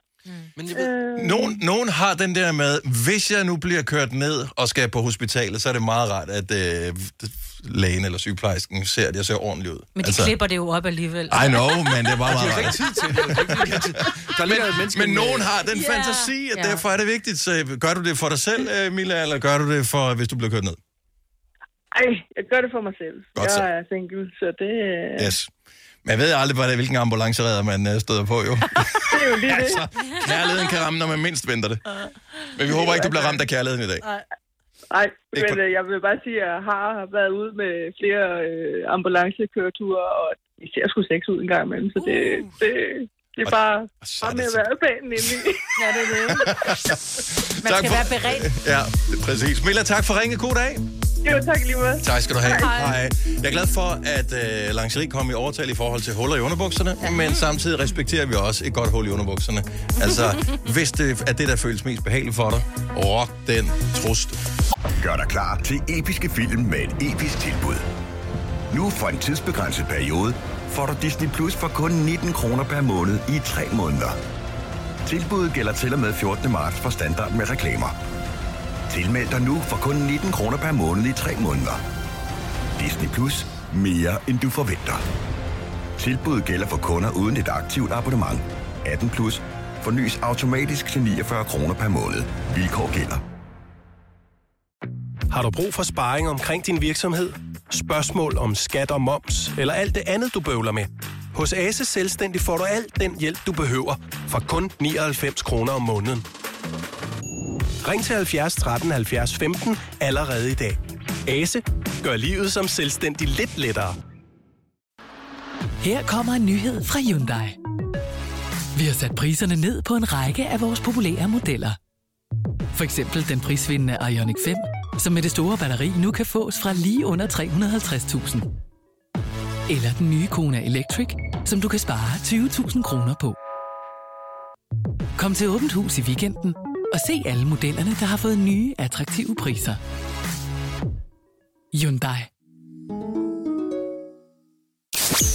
C: Men
O: jeg ved... øh,
A: nogen, nogen har den der med, hvis jeg nu bliver kørt ned og skal på hospitalet, så er det meget rart, at øh, lægen eller sygeplejersken ser, at jeg ser ordentligt ud.
B: Men de altså... klipper det jo op alligevel.
A: I know, men det er bare
C: Og de har
A: meget
C: jo ikke
A: rart.
C: tid til det. Det er jo ikke tid. Der ligger et menneske
A: Men
C: med-
A: nogen har den
C: Ja.
A: fantasi, at
C: Ja.
A: derfor er det vigtigt. Så gør du det for dig selv, øh, Mila, eller gør du det for, hvis du bliver kørt ned?
O: Ej, jeg gør det for mig selv.
A: Godt
O: jeg
A: så.
O: er single, så det, øh,
A: Yes. Man ved aldrig, hvad det, er, hvilken ambulanceredder man øh, støder på, jo.
O: det er jo lige det.
A: Kærligheden kan ramme, når man mindst venter det. Men vi håber ikke, du bliver ramt af kærligheden i dag.
O: Nej,
A: Ikke
O: men
A: på-
O: øh, jeg vil bare sige, at jeg har været ude med flere øh, ambulancekøreture, og de ser sgu sex ud en gang imellem, så det, det, det er bare, bare med at være planen inde i. ja, det er det.
A: Man tak skal for... være beredt. Ja, præcis. Milla, tak for ringe. God dag.
O: Jo, tak lige måde.
A: Tak skal du have.
O: Hej.
A: Hej. Jeg er glad for, at øh, lingerie kom i overtal i forhold til huller i underbukserne, ja. men samtidig respekterer vi også et godt hul i underbukserne. Altså, hvis det er det, der føles mest behageligt for dig, rock den trust.
Q: Gør dig klar til episke film med et episk tilbud. Nu for en tidsbegrænset periode får du Disney Plus for kun 19 kroner per måned i 3 måneder. Tilbuddet gælder til og med 14. marts for standard med reklamer. Tilmeld dig nu for kun 19 kroner per måned i 3 måneder. Disney Plus. Mere end du forventer. Tilbuddet gælder for kunder uden et aktivt abonnement. 18 plus. Fornyes automatisk til 49 kroner per måned. Vilkår gælder.
R: Har du brug for sparring omkring din virksomhed? Spørgsmål om skat og moms, eller alt det andet, du bøvler med? Hos Ase Selvstændig får du alt den hjælp, du behøver, for kun 99 kroner om måneden. Ring til 70 13 70 15 allerede i dag. Ase gør livet som selvstændig lidt lettere.
S: Her kommer en nyhed fra Hyundai. Vi har sat priserne ned på en række af vores populære modeller. For eksempel den prisvindende Ioniq 5, som med det store batteri nu kan fås fra lige under 350.000. Eller den nye Kona Electric, som du kan spare 20.000 kroner på. Kom til Åbent Hus i weekenden og se alle modellerne, der har fået nye, attraktive priser. Hyundai.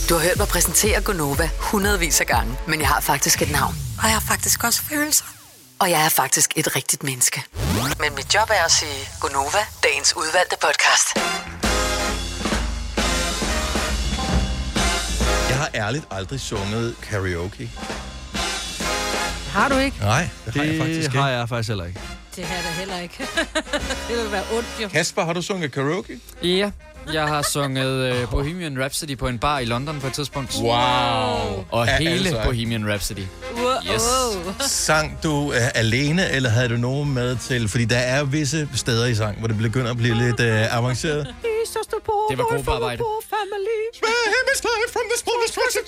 F: Du har hørt mig præsentere Gonova hundredvis af gange, men jeg har faktisk et navn.
T: Og jeg har faktisk også følelser.
F: Og jeg er faktisk et rigtigt menneske. Men mit job er at sige Gonova, dagens udvalgte podcast.
A: Jeg har ærligt aldrig sunget karaoke.
D: Har du ikke?
A: Nej, det, har jeg
C: Det
A: faktisk ikke.
C: har jeg faktisk heller ikke.
B: Det har jeg da heller ikke. det vil være ondt, jo.
A: Kasper, har du sunget karaoke?
E: Ja, jeg har sunget øh, Bohemian Rhapsody på en bar i London på et tidspunkt.
A: Wow.
E: Og
A: Ja,
E: hele
A: altså.
E: Bohemian Rhapsody. Yes.
A: Sang du øh, alene, eller havde du nogen med til? Fordi der er visse steder i sang, hvor det begynder at blive lidt øh, avanceret.
U: Jesus, the poor
A: Det var
U: boy from the
A: gruppearbejde.
U: poor family. Spare him his life from this poor destruction.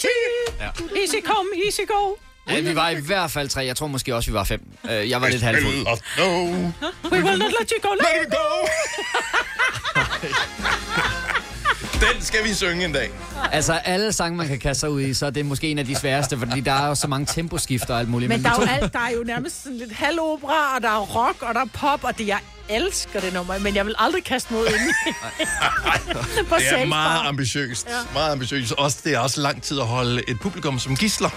E: Ja.
U: Easy come, easy go.
E: Ja, vi var i hvert fald tre. Jeg tror måske også, vi var fem. Øh, jeg var lidt halvfuld.
U: We will not let you go. Let you go.
A: Den skal vi synge en dag.
E: Altså, alle sange, man kan kaste sig ud i, så er det måske en af de sværeste, fordi der er jo så mange temposkifter og alt muligt.
U: Men der er, jo
E: vi tog-
U: alt, der er jo nærmest sådan lidt halvopera, og der er rock, og der er pop, og det jeg elsker det nummer, men jeg vil aldrig kaste mod ind på
A: Det er
U: sales
A: meget ambitiøst. Ja. Meget ambitiøst. Også, det er også lang tid at holde et publikum som gidsler.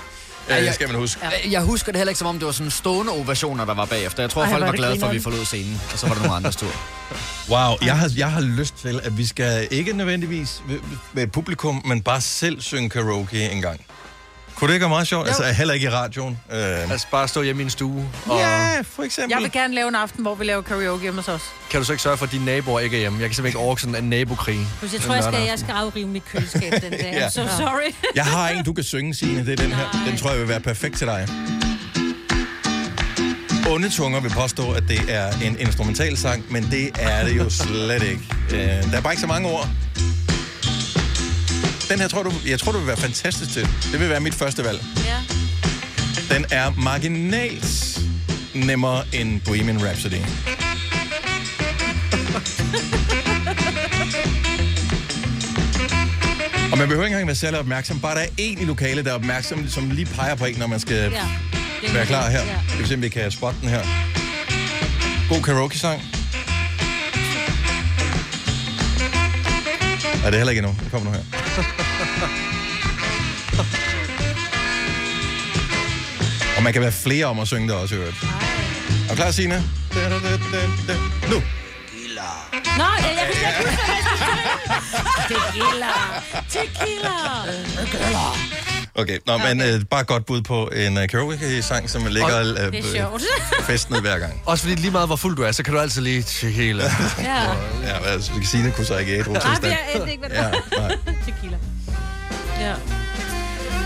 A: Ja,
E: Ja,
A: ja.
E: jeg-
A: Øh, skal man huske. Ja.
E: Jeg husker det heller ikke, som om det var sådan stående ovationer, der var bagefter. Jeg tror,
A: Ej,
E: Ej, folk
A: hvor er
E: var
A: det
E: glade for, at vi
A: grineren.
E: forlod scenen, og så var det nogle andres tur.
A: Wow, jeg har, jeg har lyst til, at vi skal ikke nødvendigvis med- med et publikum, men bare selv synge karaoke en gang. Kunne det ikke være meget sjovt? Altså, heller ikke i radioen. Øh, altså,
C: bare stå hjemme i en stue. Og
A: Ja, for eksempel.
D: Jeg vil gerne lave en aften, hvor vi laver karaoke hjemme hos os.
C: Kan du så ikke sørge for, at dine naboer ikke er hjemme? Jeg kan simpelthen ikke orke sådan en nabokrig.
B: Plus, jeg tror, jeg skal, jeg skal afrive mit køleskab den dag.
A: Ja.
B: I'm so sorry.
A: Jeg har en, du kan synge, Signe. Det er den her. Den tror jeg vil være perfekt til dig. Onde tunger vil påstå, at det er en instrumental sang, men det er det jo slet ikke. Øh, der er bare ikke så mange ord. Den her tror du, jeg tror, du vil være fantastisk til. Det vil være mit første valg.
B: Ja.
A: Den er marginalt nemmere end Bohemian Rhapsody. Og man behøver ikke engang være særlig opmærksom. Bare der er en i lokalet, der er opmærksom, som lige peger på en, når man skal
B: Ja. Det
A: være klar her.
B: Ja.
A: Det vil sige, om vi kan spotte den her. God karaoke-sang. Nej, det er heller ikke endnu. Det kommer nu her. Og man kan være flere om at synge det også, i øvrigt. Er du klar, Signe? Nu!
B: Nå, ja, jeg kan slet ikke huske, hvad jeg skulle synge. Tequila. Tequila. Tequila.
A: Okay, nå, men øh, bare et godt bud på en øh, karaoke-sang, som ligger
C: Og-
A: øh,
B: Det er
A: øh,
B: sjovt.
A: festen ned hver gang.
C: Også fordi lige meget hvor fuld du er, så kan du altid lige tjekke hele.
B: Ja.
A: Ja, men altså, Signe kunne så ikke ædru
B: Nej, men
A: tilstand.
B: jeg endte ikke, hvad det
A: Ja,
B: var. Tequila. Ja.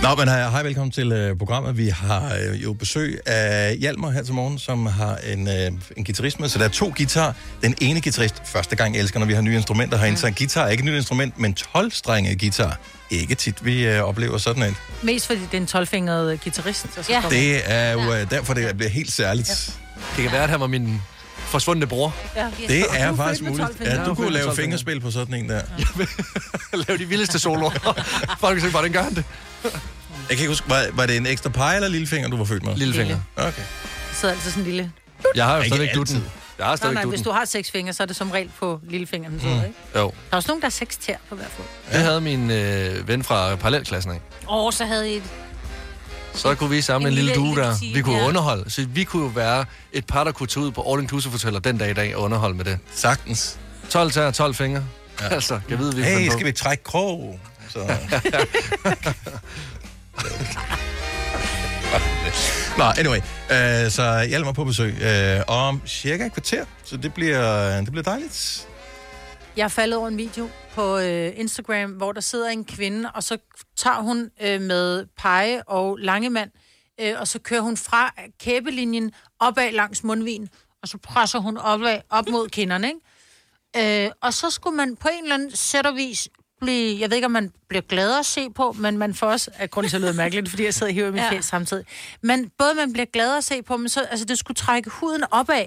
A: Nå, men hej, hej velkommen til øh, programmet. Vi har øh, jo besøg af Hjalmar her til morgen, som har en, øh, en guitarist med. Så der er to guitar. Den ene guitarist, første gang elsker, når vi har nye instrumenter herinde. Så en guitar er ikke et nyt instrument, men 12-strenget guitar. Ikke tit, vi øh, oplever sådan en.
D: Mest fordi det er en 12-fingret guitarist. Der skal
B: ja.
D: komme.
A: Det er jo øh, derfor, det bliver helt særligt.
C: Det kan være, at han var min forsvundne bror.
B: Ja.
A: Det
C: Og du er
A: er
C: født
A: faktisk
C: med
A: muligt.
C: 12-fingre.
A: Ja,
C: Du
A: du
C: er
A: kunne
C: født med
A: lave
C: 12-fingre.
A: fingerspil på sådan en der.
C: Lave de vildeste soloer. Folk kan se, hvordan gør han det?
A: Jeg kan ikke huske, var, var det en ekstra pege eller lillefinger, du var født med?
C: Lillefinger.
A: Okay.
D: Der sidder altid sådan en lille...
C: Jeg har jo
A: Ikke
C: stadig gluten.
A: altid.
C: Jeg har
D: Nej,
C: stadig
D: nej, hvis
C: gluten.
D: du har seks fingre, så er det som regel på lillefingeren. Mm. Ikke?
C: Jo.
D: Der er også nogen, der har seks tær på hver fod.
C: Det havde min øh, ven fra parallelklassen af.
B: Åh, så havde I et...
C: Så kunne vi samle en,
B: En
C: en lille
B: lille
C: duo der.
B: elite,
C: Vi kunne
B: ja.
C: ja. underholde. Så vi kunne jo være et par, der kunne tage ud på All Inclusive Hoteller den dag i dag og underholde med det.
A: Sagtens.
C: 12 tager 12 fingre. Ja. Altså, jeg ved, vi
A: Hey, skal vi trække krog? Så... Nå, anyway. Øh, så Hjalmar på besøg øh, om cirka et kvarter, så det bliver, det bliver dejligt.
D: Jeg er faldet over en video på øh, Instagram, hvor der sidder en kvinde, og så tager hun øh, med pege og langemand, øh, og så kører hun fra kæbelinjen opad langs mundvin, og så presser hun opad, op mod kinderne, ikke? Øh, og så skulle man på en eller anden sæt og vis blive, jeg ved ikke, om man bliver gladere at se på, men man får også, at grunden til at lyde mærkeligt, fordi jeg sidder og hiver i min ja.
B: Ja.
D: fjes samtidig, men både man bliver gladere at se på, men så, altså det skulle trække huden opad,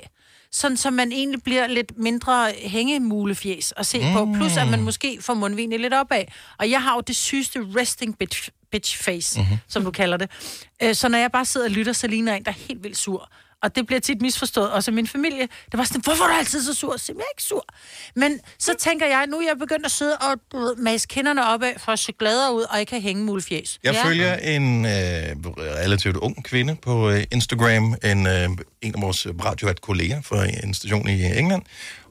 D: sådan så man egentlig bliver lidt mindre hængemulefjes at se mm. på, plus at man måske får mundvinen lidt opad. Og jeg har jo det sygeste resting bitch, bitch face,
A: Mhm.
D: mm-hmm. som du kalder det. Øh, Så når jeg bare sidder og lytter, så ligner jeg en, der er helt vildt sur. Og det bliver tit misforstået. Også af min familie, der var sådan, hvorfor er du altid så sur? Så jeg er ikke sur. Men så tænker jeg, nu er jeg begyndt at sidde og du ved, mase kinderne opad for at se gladere ud, og ikke have hængemulefjes.
A: Jeg ja. følger en øh, relativt ung kvinde på øh, Instagram, en, øh, en af vores radioat kolleger fra en station i England.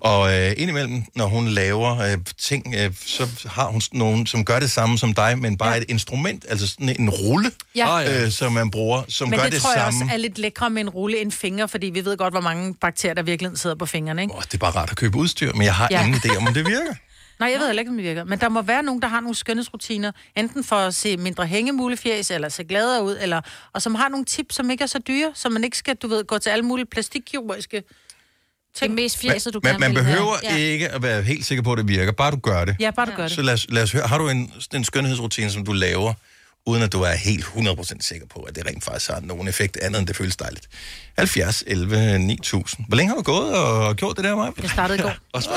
A: Og øh, indimellem, når hun laver øh, ting, øh, så har hun sådan nogen, som gør det samme som dig, men bare ja. et instrument, altså sådan en rulle,
D: Ja.
A: ja. øh, som man bruger, som
D: Men
A: gør
D: det,
A: det,
D: det tror jeg
A: samme.
D: også er lidt lækre med en rulle end finger, fordi vi ved godt, hvor mange bakterier, der virkelig sidder på fingrene, ikke?
A: Det er bare rart at købe udstyr, men jeg har
D: Ja.
A: ja. ingen idé om, om det virker.
D: Nej, jeg ved heller ikke, om det virker. Men der må være nogen, der har nogle skønhedsrutiner, enten for at se mindre hængemulefjæs, eller se gladere ud, eller, og som har nogle tips, som ikke er så dyre, så man ikke skal, du ved, gå til alle mulige plastikkirurgiske ting. Det mest
A: man, man, man behøver ikke at være helt sikker på, at det virker. Bare du gør det.
D: Ja, bare du gør det.
A: Så lad os, lad os høre. Har du en, sådan en skønhedsrutine, som du laver, uden at du er helt 100% sikker på, at det rent faktisk har nogen effekt andet, end det føles dejligt? 70, 11, 9000. Hvor længe har du gået og gjort det der, Maja?
D: Jeg startede i går.
A: Også,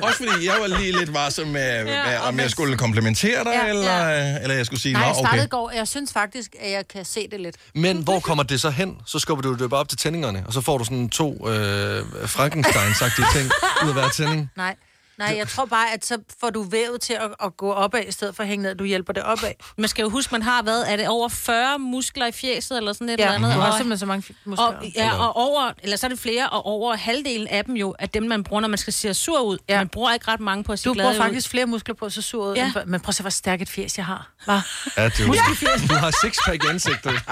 A: også fordi jeg var lige lidt varsom med, med om jeg skulle komplimentere dig,
D: Ja, ja.
A: eller, eller jeg skulle sige,
D: Nej,
A: "Nå,
D: jeg
A: okay.
D: startede i går, og jeg synes faktisk, at jeg kan se det lidt.
C: Men hvor kommer det så hen? Så skubber du det bare op til tændingerne, og så får du sådan to øh, Frankenstein-sagtige ting ud af hver tænding.
D: Nej. Nej, jeg tror bare, at så får du vævet til at, at gå opad, i stedet for at hænge ned. Du hjælper det opad.
B: Man skal jo huske, man har været, er det over 40 muskler i fjeset eller sådan et
D: Ja,
B: eller andet?
D: du har
B: og-
D: simpelthen så mange fi- muskler.
B: Og, ja, og over, eller så er det flere, og over halvdelen af dem jo, er dem, man bruger, når man skal se sur ud. Ja. Man bruger ikke ret mange på at se
D: Du
B: glad
D: bruger
B: ud.
D: faktisk flere muskler på, så sur ud.
B: Ja.
D: Ja. Men prøv at se, hvor stærkt et fjes jeg har. Hva?
C: Ja, du,
D: Muskelfjes.
C: du har sixpack i ansigtet.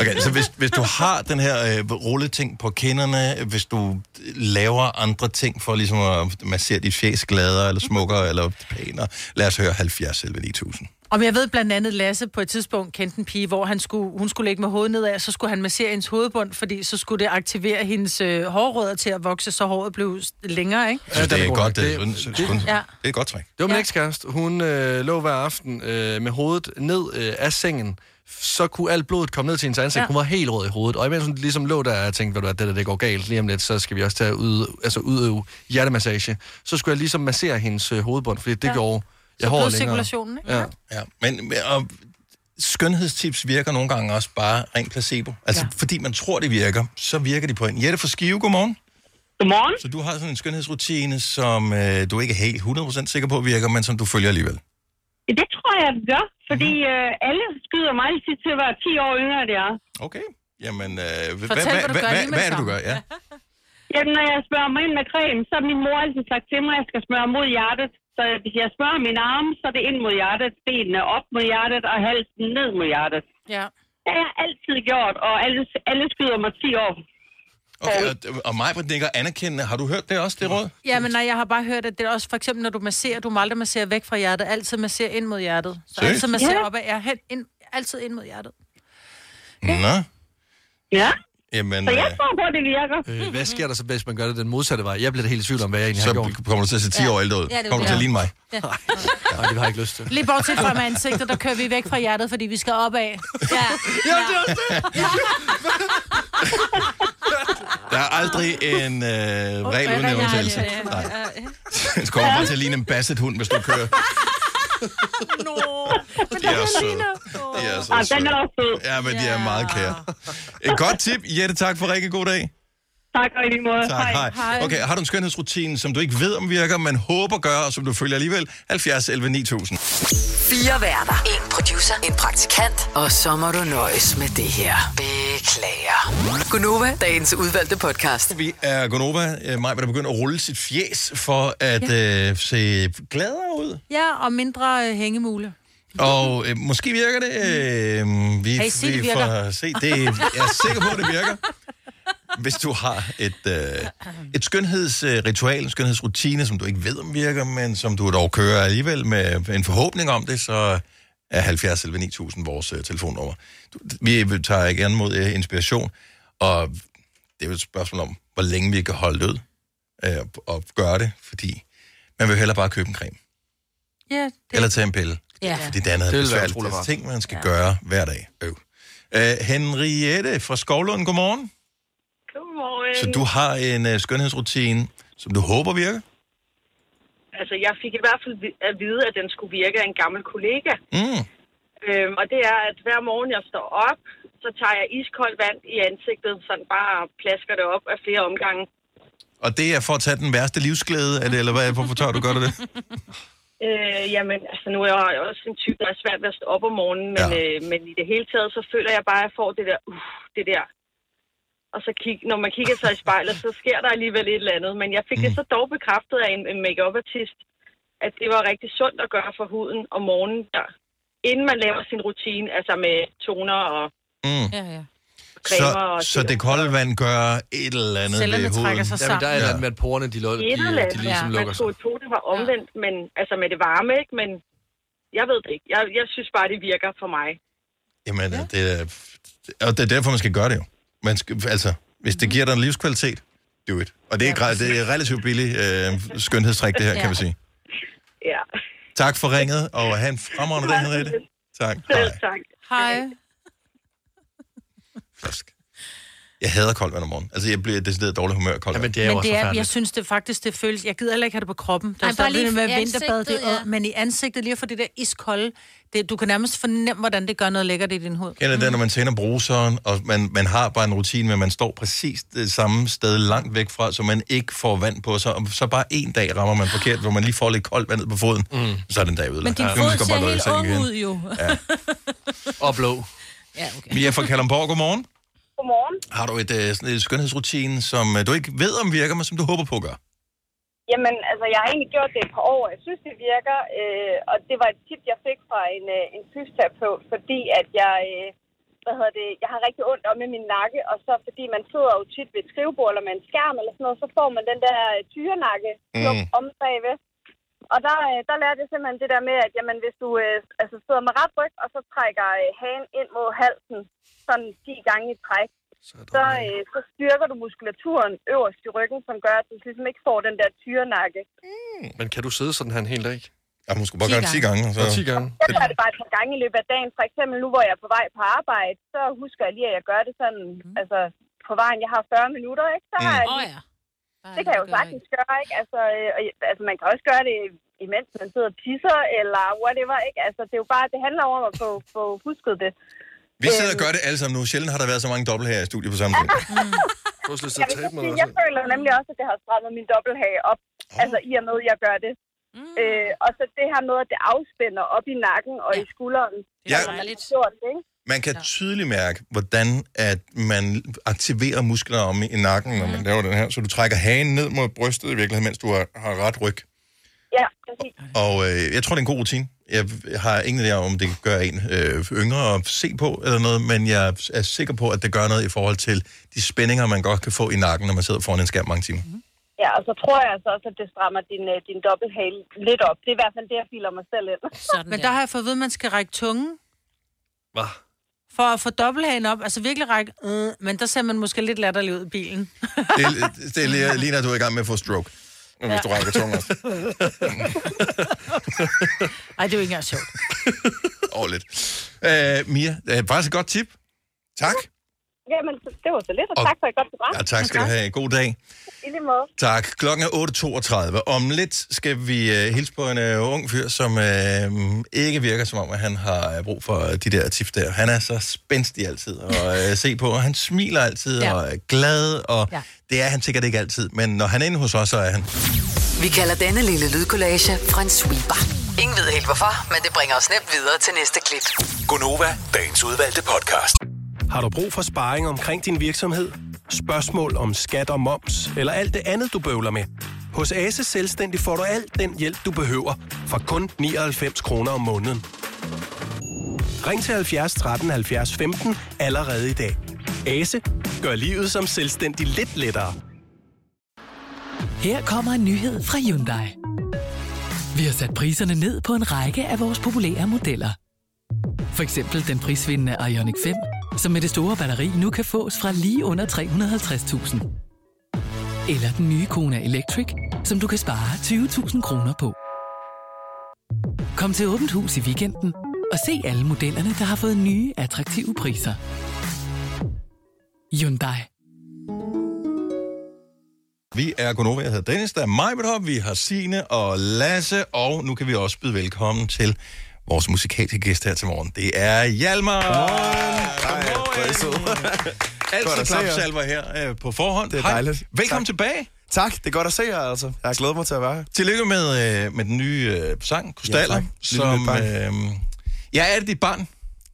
A: Okay, så hvis, hvis du har den her øh, rulleting på kinderne, hvis du laver andre ting for ligesom at massere dit fjes gladere, eller smukkere, eller pænere, lad os høre 70 eller 9000.
D: Om jeg ved blandt andet, Lasse på et tidspunkt kendte en pige, hvor han skulle, hun skulle ligge med hovedet nedad, så skulle han massere hendes hovedbund, fordi så skulle det aktivere hendes øh, hårrødder til at vokse, så håret blev s- længere, ikke?
A: Ja, det,
C: den
A: er
C: er god
A: godt,
C: nok.
A: det, det, det, det,
D: Ja.
A: er et godt træk.
C: Det var min ekskæreste. Hun øh, lå hver aften øh, med hovedet ned øh, af sengen. Så kunne alt blodet komme ned til hendes ansigt.
D: Ja.
C: Ja. Hun var helt rød i hovedet. Og imens hun ligesom lå der og tænkte, ved du hvad, det der det går galt lige om lidt, så skal vi også tage at ude, altså udøve hjertemassage. Så skulle jeg ligesom massere hendes øh, hovedbund, fordi det
D: Ja.
C: ja. gjorde
D: Så
C: jeg hårdt længere.
D: blodcirkulationen, ikke?
C: Ja.
A: Ja, men og, skønhedstips virker nogle gange også bare rent placebo. Altså, ja. fordi man tror, det virker, så virker de på en. Jette fra Skive, godmorgen.
H: Godmorgen.
A: Så du har sådan en skønhedsrutine, som øh, du ikke er helt 100% sikker på virker, men som du følger alligevel.
H: Ja, Det tror jeg, vi gør, fordi øh, alle skyder mig altid til at være 10 år yngre, end jeg er.
A: Okay. Jamen, øh, hvad,
H: hvad
A: hvad, hvad,
H: du gør lige
A: hvad,
H: med
A: hvad er det, du
H: det
A: gør?
H: samme.
A: Ja.
H: Jamen, når jeg smører mig ind med creme, så har min mor altid sagt til mig, at jeg skal smøre mod hjertet. Så hvis jeg smører min arm, så er det ind mod hjertet, benene op mod hjertet og halsen ned mod hjertet.
D: Ja.
H: Det har jeg altid gjort, og alle, alle skyder mig 10 år.
A: Okay, og, og mig på nikker anerkendende. Har du hørt det også, det råd?
D: Ja, men nej, jeg har bare hørt, at det er også for eksempel, når du masserer, du må aldrig massere væk fra hjertet, altid massere ind mod hjertet. Så
A: Seriøst?
D: altid massere
A: Ja.
D: opad, ja, hen, ind, altid ind mod hjertet.
A: Nå.
H: Ja.
A: Jamen, øh,
H: tror på, det virker.
C: Øh, hvad sker der så, hvis man gør det den modsatte vej? Jeg bliver da helt i tvivl om, hvad jeg egentlig så har gjort.
A: Så kommer du til at se 10 år ældre ud.
D: Ja, det er Kommer du til at ligne
A: mig?
D: Ja.
C: Nej, det har jeg ikke lyst til.
D: Lige bortset fra med ansigtet, der kører vi væk fra hjertet, fordi vi skal opad. Ja, ja. det er
A: der er aldrig en øh, regel uden en undtagelse. Nej. Så kommer bare til at ligne en basset-hund, hvis du kører.
H: Nå,
A: men De er søde. De er så
H: Ah, den er
A: søde.
H: også sød.
A: Ja, men de er meget kære. Et godt tip. Jette, tak for rigtig god dag.
H: Tak, og i lige måde.
A: Tak, hej. Okay, har du en skønhedsrutine, som du ikke ved, om virker, men håber gør, og som du følger alligevel? 70 11 9000.
F: Fire værter. En producer. En praktikant. Og så må du nøjes med det her. Beklager. Gunova, dagens udvalgte podcast.
A: Vi er Gonova. Øh, Maj, der begynder at rulle sit fjes for at øh, se gladere ud.
D: Ja, og mindre øh, hængemule.
A: Og øh, måske virker det. Øh, vi,
D: Kan I se,
A: vi
D: det virker?
A: får se. Det, jeg er sikker på, at det virker. Hvis du har et, øh, et skønhedsritual, en skønhedsrutine, som du ikke ved, om virker, men som du dog kører alligevel med en forhåbning om det, så er 70 11 9000 vores øh, telefonnummer. Du- Vi tager gerne mod øh, inspiration, og det er jo et spørgsmål om, hvor længe vi kan holde det ud øh, og gøre det, fordi man vil hellere bare købe en creme,
D: Ja,
A: eller tage en pille.
D: ja.
A: Fordi det andet er
C: Det ville være
A: besværligt.
C: utrolig
A: Det er
C: rart.
A: ting, man skal gøre hver dag. Øv. Øh, Henriette fra Skovlund, godmorgen.
I: Godmorgen.
A: Så du har en øh, skønhedsrutine, som du håber virker?
I: Altså, jeg fik i hvert fald vi- at vide, at den skulle virke af en gammel kollega.
A: Mm.
I: Øhm, og det er, at hver morgen, jeg står op, så tager jeg iskoldt vand i ansigtet, sådan bare plasker det op af flere omgange.
A: Og det er for at tage den værste livsglæde, er det, eller hvad, hvorfor tør du gøre det?
I: Øh, jamen, altså nu er jeg jo også en type, der er svært ved at stå op om morgenen, men, ja. øh, men i det hele taget, så føler jeg bare, at jeg får det der, uh, det der. Og så kig, når man kigger sig i spejlet, så sker der alligevel et eller andet. Men jeg fik det
A: Mm.
I: så dog bekræftet af en, en make-up-artist, at det var rigtig sundt at gøre for huden om morgenen, der, inden man laver sin rutine, altså med toner og
A: Mm.
I: ja, ja. cremer
A: Så,
I: og
A: så det kolde vand gør et eller andet
I: Cellerne
A: ved huden.
I: trækker sig
C: Jamen, der er et eller andet med, at porerne, de, lo-
I: et
C: de,
I: eller
C: de,
I: andet.
C: de ligesom
I: ja.
C: lukker
I: Man
C: sig.
I: skulle jo tro, det altså. var omvendt, men, altså med det varme, ikke? Men jeg ved det ikke. Jeg, jeg synes bare, det virker for mig.
A: Jamen, ja. det er, og det er derfor, man skal gøre det jo. Man skal, altså, hvis
I: Mhm.
A: det giver dig en livskvalitet, do it. Og det er, ja, det er relativt billigt øh, skønhedstræk, det her, ja. kan man sige.
I: Ja.
A: Tak for ringet, og have en fremragende dag, Henriette. Tak.
I: Selv tak.
K: Øh,
D: Hej.
A: Jeg hader koldt vand om morgen. Altså, jeg bliver decideret dårlig humør af koldt Jamen,
D: men det er, jeg synes det faktisk, det føles... Jeg gider heller ikke have det på kroppen. Der
U: Ej,
D: er
U: bare
D: bare lige
U: lige
D: med
U: i ansigtet,
D: vinterbad, det,
U: ja.
D: ja. men i ansigtet lige at få det der iskolde, det, du kan nærmest fornemme, hvordan det gør noget lækkert i din hud.
B: Mm.
A: Kender det, når man tænder bruseren, og man, man har bare en rutine, men man står præcis det samme sted langt væk fra, så man ikke får vand på sig. Og så bare en dag rammer man forkert, hvor man lige får lidt koldt vand ned på foden, mm. så er den dag ødelagt.
B: Men din
A: Nu
B: fod
A: skal jeg bare
B: ser
A: gå i
B: helt
A: seng
B: ung
A: igen.
B: ud jo.
A: Ja. Og blå.
B: Ja, okay.
A: Mia fra Kalamborg, godmorgen.
I: Godmorgen.
A: Har du et, øh, sådan et skønhedsrutine, som øh, du ikke ved, om virker, men som du håber på gør?
I: Jamen, altså, jeg har egentlig gjort det et par år, og jeg synes, det virker. Øh, og det var et tip, jeg fik fra en, øh, en fysioterapeut, fordi at jeg, øh, hvad hedder det, jeg har rigtig ondt om i min nakke, og så fordi man sidder jo tit ved et skrivebord eller med en skærm eller sådan noget, så får man den der øh, tyrenakke
K: Mm.
I: om bagved. Og der, øh, der lærte jeg simpelthen det der med, at jamen, hvis du øh, altså, sidder med ret ryg, og så trækker øh, hagen ind mod halsen, sådan 10 gange i træk, så, øh, så styrker du muskulaturen øverst i ryggen, som gør, at du ligesom ikke får den der tyrenakke.
C: Men kan du sidde sådan her en hel dag?
A: Ja, hun skulle bare gøre det 10 gange. Så...
C: Ja, 10 gange.
I: Jeg gør det bare et par gange i løbet af dagen. For eksempel nu, hvor jeg er på vej på arbejde, så husker jeg lige, at jeg gør det sådan, mm. altså på vejen, jeg har 40 minutter, ikke? Så har
U: Mm.
I: jeg
U: Åh,
I: lige, oh, ja. Det kan jeg jo sagtens gøre, ikke? Altså, øh, og jeg- altså, man kan også gøre det, imens man sidder og tisser, eller whatever, ikke? Altså, det er jo bare, det handler om at få, få husket det.
A: Vi sidder og gør det alle sammen nu. Sjældent har der været så mange dobbelt her i studiet på samme tid.
C: Du har
I: Jeg,
C: lyst
I: vil så sige, jeg føler nemlig også, at det har strammet min dobbelthage op, altså i og med, at jeg gør det. Mm. Øh, og så det her med, at det afspænder op i nakken og ja. i skulderen.
A: Ja.
I: når man har gjort det, ikke?
A: Man kan tydeligt mærke, hvordan at man aktiverer muskler om i i nakken, når man laver den her. Så du trækker hagen ned mod brystet i virkeligheden, mens du har, har ret ryg.
I: Ja, præcis.
A: Og øh, jeg tror, det er en god rutine. Jeg har ingen idé om, om det gør en øh, yngre at se på eller noget, men jeg er sikker på, at det gør noget i forhold til de spændinger, man godt kan få i nakken, når man sidder foran en skærm mange timer. Mm-hmm.
I: Ja, og så tror jeg altså også, at det strammer din, øh, din dobbelthale lidt op. Det er i hvert fald det, jeg filer mig selv ind.
D: Sådan Men der har jeg fået at vide, at man skal række tungen.
C: Hvad?
D: For at få dobbelthagen op, altså virkelig række, øh, men der ser man måske lidt latterlig ud i bilen.
K: Mm,
A: Det, det er lige, når du er i gang med at få stroke, hvis
D: Ja.
A: du rækker tungen op.
D: Ej, det er jo ikke engang sjovt.
A: over lidt. Øh, Mia, øh, faktisk et godt tip. Tak.
I: Jamen, så- det var så lidt, og,
A: Og-
I: tak for et godt program.
A: Ja, tak skal du have. God dag.
I: I lige måde.
A: Tak. Klokken er 8.32. Om lidt skal vi uh, hilse på en uh, ung fyr, som uh, ikke virker som om, at han har uh, brug for øh, de der tips der. Han er så spændstig altid at uh, se på, og han smiler altid
F: Ja.
A: ja. og er glad, og
F: Ja.
A: ja. det er han sikkert ikke altid, men når han er inde hos os, så er han.
F: Vi kalder denne lille lydkollage en sweeper. Ingen ved helt hvorfor, men det bringer os nemt videre til næste klip.
R: Gonova, dagens udvalgte podcast. Har du brug for sparring omkring din virksomhed? Spørgsmål om skat og moms, eller alt det andet, du bøvler med? Hos Ase Selvstændig får du alt den hjælp, du behøver, for kun 99 kroner om måneden. Ring til 70 13 70 15 allerede i dag. Ase gør livet som selvstændig lidt lettere.
S: Her kommer en nyhed fra Hyundai. Vi har sat priserne ned på en række af vores populære modeller. For eksempel den prisvindende Ioniq 5, som med det store batteri nu kan fås fra lige under 350.000. Eller den nye Kona Electric, som du kan spare 20.000 kroner på. Kom til Åbent Hus i weekenden og se alle modellerne, der har fået nye, attraktive priser. Hyundai.
A: Vi er Gunova, jeg hedder Dennis, der er mig med deroppe. vi har Sine og Lasse, og nu kan vi også byde velkommen til vores musikalske gæst her til morgen. Det er Hjalmar! Godmorgen!
K: Godt
A: Altid
K: at se jer.
A: klapsalver her øh, på forhånd.
K: Det er
A: Hej.
K: dejligt.
A: Velkommen
K: tak.
A: tilbage.
K: Tak, det er godt at se jer altså. Jeg har glædet mig til at være her.
A: Tillykke med, øh, med den nye øh, sang, Krystaller,
K: tak. Lille
A: som...
K: mit barn.
A: Øh, ja, er det dit barn?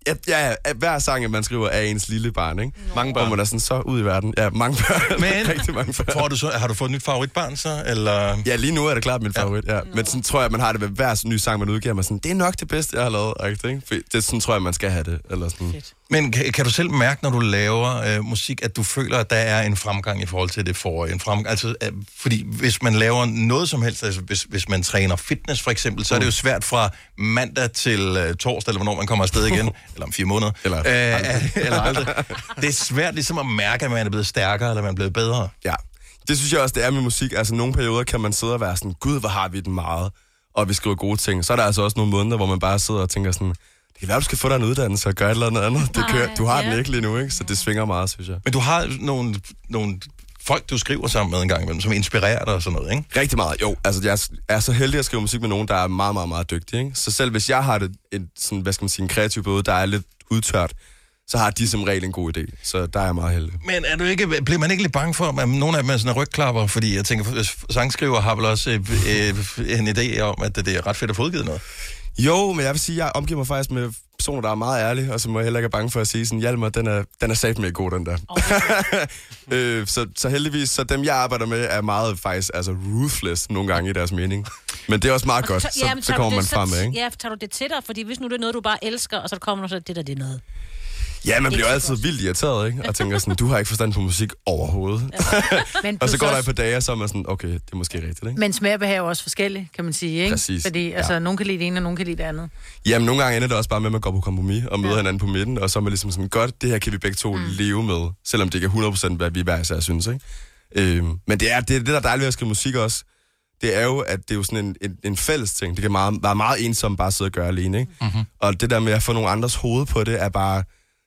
K: Ja, ja, at hver sang, man skriver, er ens lille barn, ikke? Mange børn. Kommer der sådan så ud i verden. Ja, mange børn.
A: Men-
K: Rigtig mange børn.
A: Får du så, har du fået et nyt favoritbarn så, eller...
K: Ja, lige nu er det klart min favorit, ja. Men sådan tror jeg, man har det ved hver ny sang, man udgiver. Man er sådan, det er nok det bedste, jeg har lavet. agtigt, Ikke? For det, sådan tror jeg, man skal have det. Eller sådan.
A: Men kan, kan du selv mærke, når du laver øh, musik, at du føler, at der er en fremgang i forhold til det forrige? En fremgang, altså, øh, fordi hvis man laver noget som helst, altså hvis, hvis man træner fitness for eksempel, så er det jo svært fra mandag til øh, torsdag, eller hvornår man kommer afsted igen, eller om fire måneder. Eller aldrig. eller aldrig. Det er svært ligesom at mærke, at man er blevet stærkere, eller man er blevet bedre.
K: Ja, det synes jeg også, det er med musik. Altså, nogle perioder kan man sidde og være sådan, gud, hvor har vi den meget, og vi skriver gode ting. Så er der altså også nogle måneder, hvor man bare sidder og tænker sådan, det kan være, du skal få dig en uddannelse og gøre et eller andet andet. Det kører, du har den ikke lige nu, ikke? Så det svinger meget, synes jeg.
A: Men du har nogle, nogle folk, du skriver sammen med en gang imellem, som inspirerer dig og sådan noget, ikke?
K: Rigtig meget, jo. Altså, jeg er så heldig at skrive musik med nogen, der er meget, meget, meget dygtige. Ikke? Så selv hvis jeg har det, en, sådan, hvad skal man sige, en kreativ bøde, der er lidt udtørt, så har de som regel en god idé. Så der er jeg meget heldig.
A: Men er du ikke, bliver man ikke lidt bange for, at nogle af dem er sådan rygklapper? Fordi jeg tænker, f- sangskriver har vel også øh, øh, en idé om, at det er ret fedt at få udgivet noget.
K: Jo, men jeg vil sige, jeg omgiver mig faktisk med personer, der er meget ærlige, og som jeg heller ikke er bange for at sige sådan, Hjalmar, den er, den er sat med god, den der. øh, så, så heldigvis, så dem jeg arbejder med, er meget faktisk altså ruthless nogle gange i deres mening. Men det er også meget godt, så,
B: jamen,
K: så
B: tager du
K: kommer
B: det-
K: man fremad, ikke?
B: Ja, tager du det til dig? Fordi hvis nu det er noget, du bare elsker, og så kommer der så det der, det er noget.
K: Ja, man
B: Ikke
K: bliver
B: så
K: altid vildt irriteret, ikke? Og tænker sådan, du har ikke forstand på musik overhovedet.
D: Men
K: og så
D: plus
K: går der
D: også-
K: et par dage, og så er man sådan, okay, det er måske rigtigt, ikke?
D: Men smagbehag er jo også forskellige, kan man sige, ikke?
K: Præcis,
D: Fordi
K: ja.
D: altså, nogen kan lide det ene, og nogen kan lide det andet.
K: Jamen, nogle gange ender det også bare med, at man går på kompromis og møder ja. hinanden på midten, og så er man ligesom sådan, godt, det her kan vi begge to mm. leve med, selvom det ikke er 100% hvad vi hver især synes, ikke? Øhm, men det er det, er det, der er dejligt ved at skrive musik også. Det er jo, at det er jo sådan en, en, en fælles ting. Det kan meget, være meget ensomt bare at sidde og gøre alene, ikke?
A: Mhm.
K: Mm-hmm. Og det der med at få nogle andres hoved på det, er bare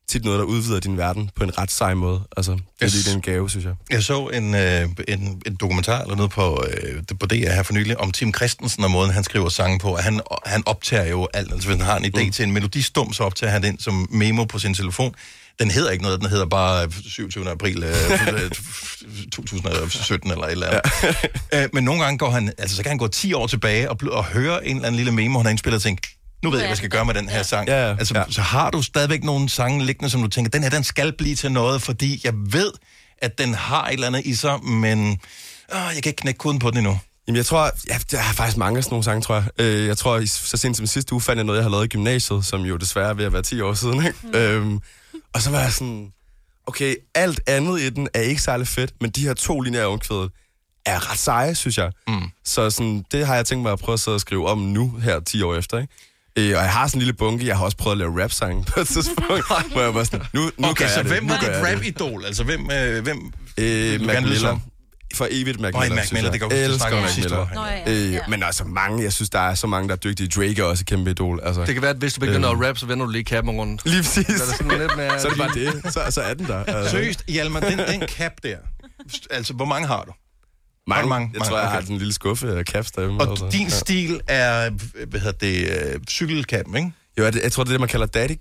K: tit noget, der udvider din verden på en ret sej måde. Altså, det er
A: Yes.
K: yes. lige en gave, synes jeg.
A: Jeg så en, øh, en, en dokumentar eller noget på, øh, på DR her for nylig om Tim Christensen og måden, han skriver sange på. Og Han, han optager jo alt. Altså, hvis han har en idé mm. til en melodistum, så optager han den som memo på sin telefon. Den hedder ikke noget, den hedder bare øh, 27. april øh, 2017 eller et eller andet. Ja. men nogle gange går han, altså, så kan han gå 10 år tilbage og, bl- og høre en eller anden lille memo, han har indspillet og tænke, nu ved jeg, hvad jeg skal gøre med den her sang. Ja, ja, altså, ja. Så har du stadigvæk nogle sange liggende, som du tænker, den her, den skal blive til noget, fordi jeg ved, at den har et eller andet i sig, men øh, jeg kan ikke knække koden på den endnu.
K: Jamen, jeg tror, ja, der er faktisk mange af sådan nogle sange, tror jeg. Øh, jeg tror, i- så sent som sidste uge fandt jeg noget, jeg har lavet i gymnasiet, som jo desværre er ved at være 10 år siden, ikke? Mm. Øhm, og så var jeg sådan, okay, alt andet i den er ikke særlig fedt, men de her to linjer i omkvædet er ret seje, synes jeg. Mm. Så sådan, det har jeg tænkt mig at prøve at sidde og skrive om nu, her 10 år efter, ikke? Øh, og jeg har sådan en lille bunke, jeg har også prøvet at lave rap-sange på et tidspunkt, hvor jeg var sådan, nu, nu
A: okay,
K: gør
A: så
K: jeg
A: hvem
K: det.
A: var
K: nu gør
A: dit
K: jeg det.
A: rap-idol? Altså, hvem... Øh, hvem
K: Øh,
A: du
K: Mac
A: gerne lyde
K: Miller.
A: som?
K: For evigt Mac
A: Nå,
K: Miller,
A: Mac
K: synes
A: Miller,
K: jeg.
A: det kan jeg huske, du
K: elsker
A: snakkede om
K: Mac
A: sidste
K: Miller.
A: år.
K: ja. Øh, men altså mange, jeg synes, der er så mange, der er dygtige. Drake er også et kæmpe idol. Altså.
C: Det kan være, at hvis du begynder
K: Øhm.
C: at rap, så vender du lige kappen rundt.
K: Lige præcis.
C: Så er det, sådan lidt mere
K: Så er det bare det. Så, så er den der. Altså.
A: Seriøst, Hjalmar, den, den cap der. Altså, hvor mange har du?
K: Mange,
A: mange,
K: mange, jeg tror, jeg
A: mange,
K: har
A: okay.
K: sådan en lille skuffe af caps derhjemme.
A: Og din stil er, øh, hvad hedder det, øh, cykelkappen, ikke?
K: Jo, jeg, jeg tror, det er det, man kalder daddy-cappen.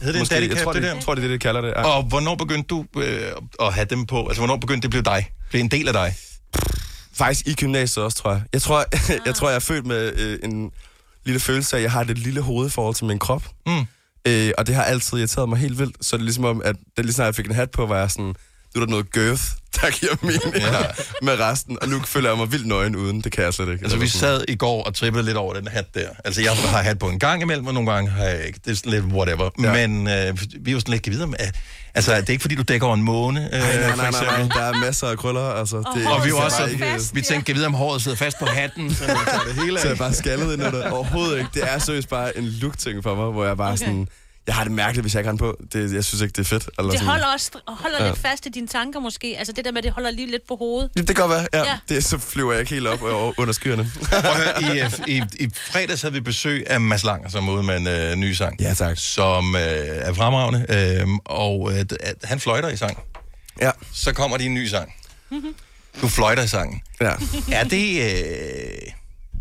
A: Hedder det en
K: Måske.
A: daddy
K: jeg tror,
A: det,
K: det,
A: der?
K: Jeg tror, det er det, det kalder det. Ja.
A: Og hvornår begyndte du øh, at have dem på? Altså, hvornår begyndte det at blive dig? Det er en del af dig.
K: Faktisk i gymnasiet også, tror jeg. Jeg tror, jeg, jeg, tror, jeg er født med øh, en lille følelse af, at jeg har det lille hoved i forhold til min krop.
A: Mm.
K: Øh, og det har altid irriteret mig helt vildt. Så det er ligesom om, at det, lige snart jeg fik en hat på, var jeg sådan, nu er der noget girth, der giver mening ja. med resten. Og nu føler jeg mig vildt nøgen uden. Det kan jeg slet ikke.
A: Altså, vi
K: Eller sådan.
A: sad i går og trippede lidt over den hat der. Altså, jeg har hat på en gang imellem, og nogle gange har jeg ikke. Det er sådan lidt whatever. Ja. Men øh, vi var sådan lidt videre med, altså, det er ikke, fordi du dækker over en måne,
K: Nej,
A: øh,
K: nej, nej,
A: for
K: nej,
A: eksempel.
K: nej, der er masser af krøller, altså. Det,
A: Og vi var
K: så
A: også
K: bare
A: sådan, vi tænkte, kan vide, om håret sidder fast på hatten, så det tager det hele
K: så jeg
A: af.
K: bare skaldet ind under det. Overhovedet ikke. Det er seriøst bare en look-ting for mig, hvor jeg bare okay. sådan... Jeg har det mærkeligt, hvis jeg ikke har den på. Det, jeg synes ikke, det er fedt. Eller
B: Det
K: sådan.
B: holder, også, og holder
K: Ja.
B: ja. lidt fast i dine tanker måske. Altså det der med, at det holder lige lidt på hovedet.
K: Ja, Det kan godt være, ja.
B: Ja.
K: ja. Det, så flyver jeg ikke helt op over, under skyerne.
A: Prøv at høre, i, øh, i, i fredags havde vi besøg af Mads Langer, som er ude med en øh, ny sang. Ja, tak. Som øh, er fremragende, øh, og øh, d- at han fløjter i sang.
K: Ja.
A: Så kommer de en ny sang. Mhm. Du fløjter i sangen.
K: Ja.
A: Er det øh,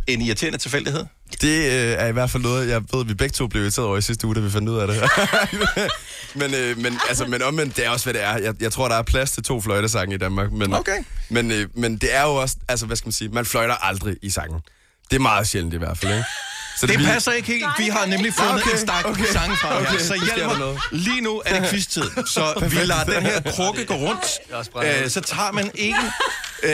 A: en irriterende tilfældighed?
K: Det øh, er i hvert fald noget, jeg ved, vi begge to blev irriteret over i sidste uge, da vi fandt ud af det. men, øh, men, altså, men omvendt, det er også, hvad det er. Jeg, jeg tror, der er plads til to fløjtesange i Danmark. Men,
A: Okay.
K: Men, øh, men det er jo også, altså hvad skal man sige, man fløjter aldrig i sangen. Det er meget sjældent i hvert fald, ikke?
A: Så det, det
K: bliver-
A: passer ikke helt. Vi har nemlig fundet okay, en stak okay, sange fra okay, her. Så
K: det sker der
A: hjælp mig.
K: noget.
A: Lige nu er det quiz-tid, så vi
K: Perfekt.
A: lader den her krukke gå
K: Det er også
A: rundt.
K: brændende.
A: Øh, så tager man ikke... Øh,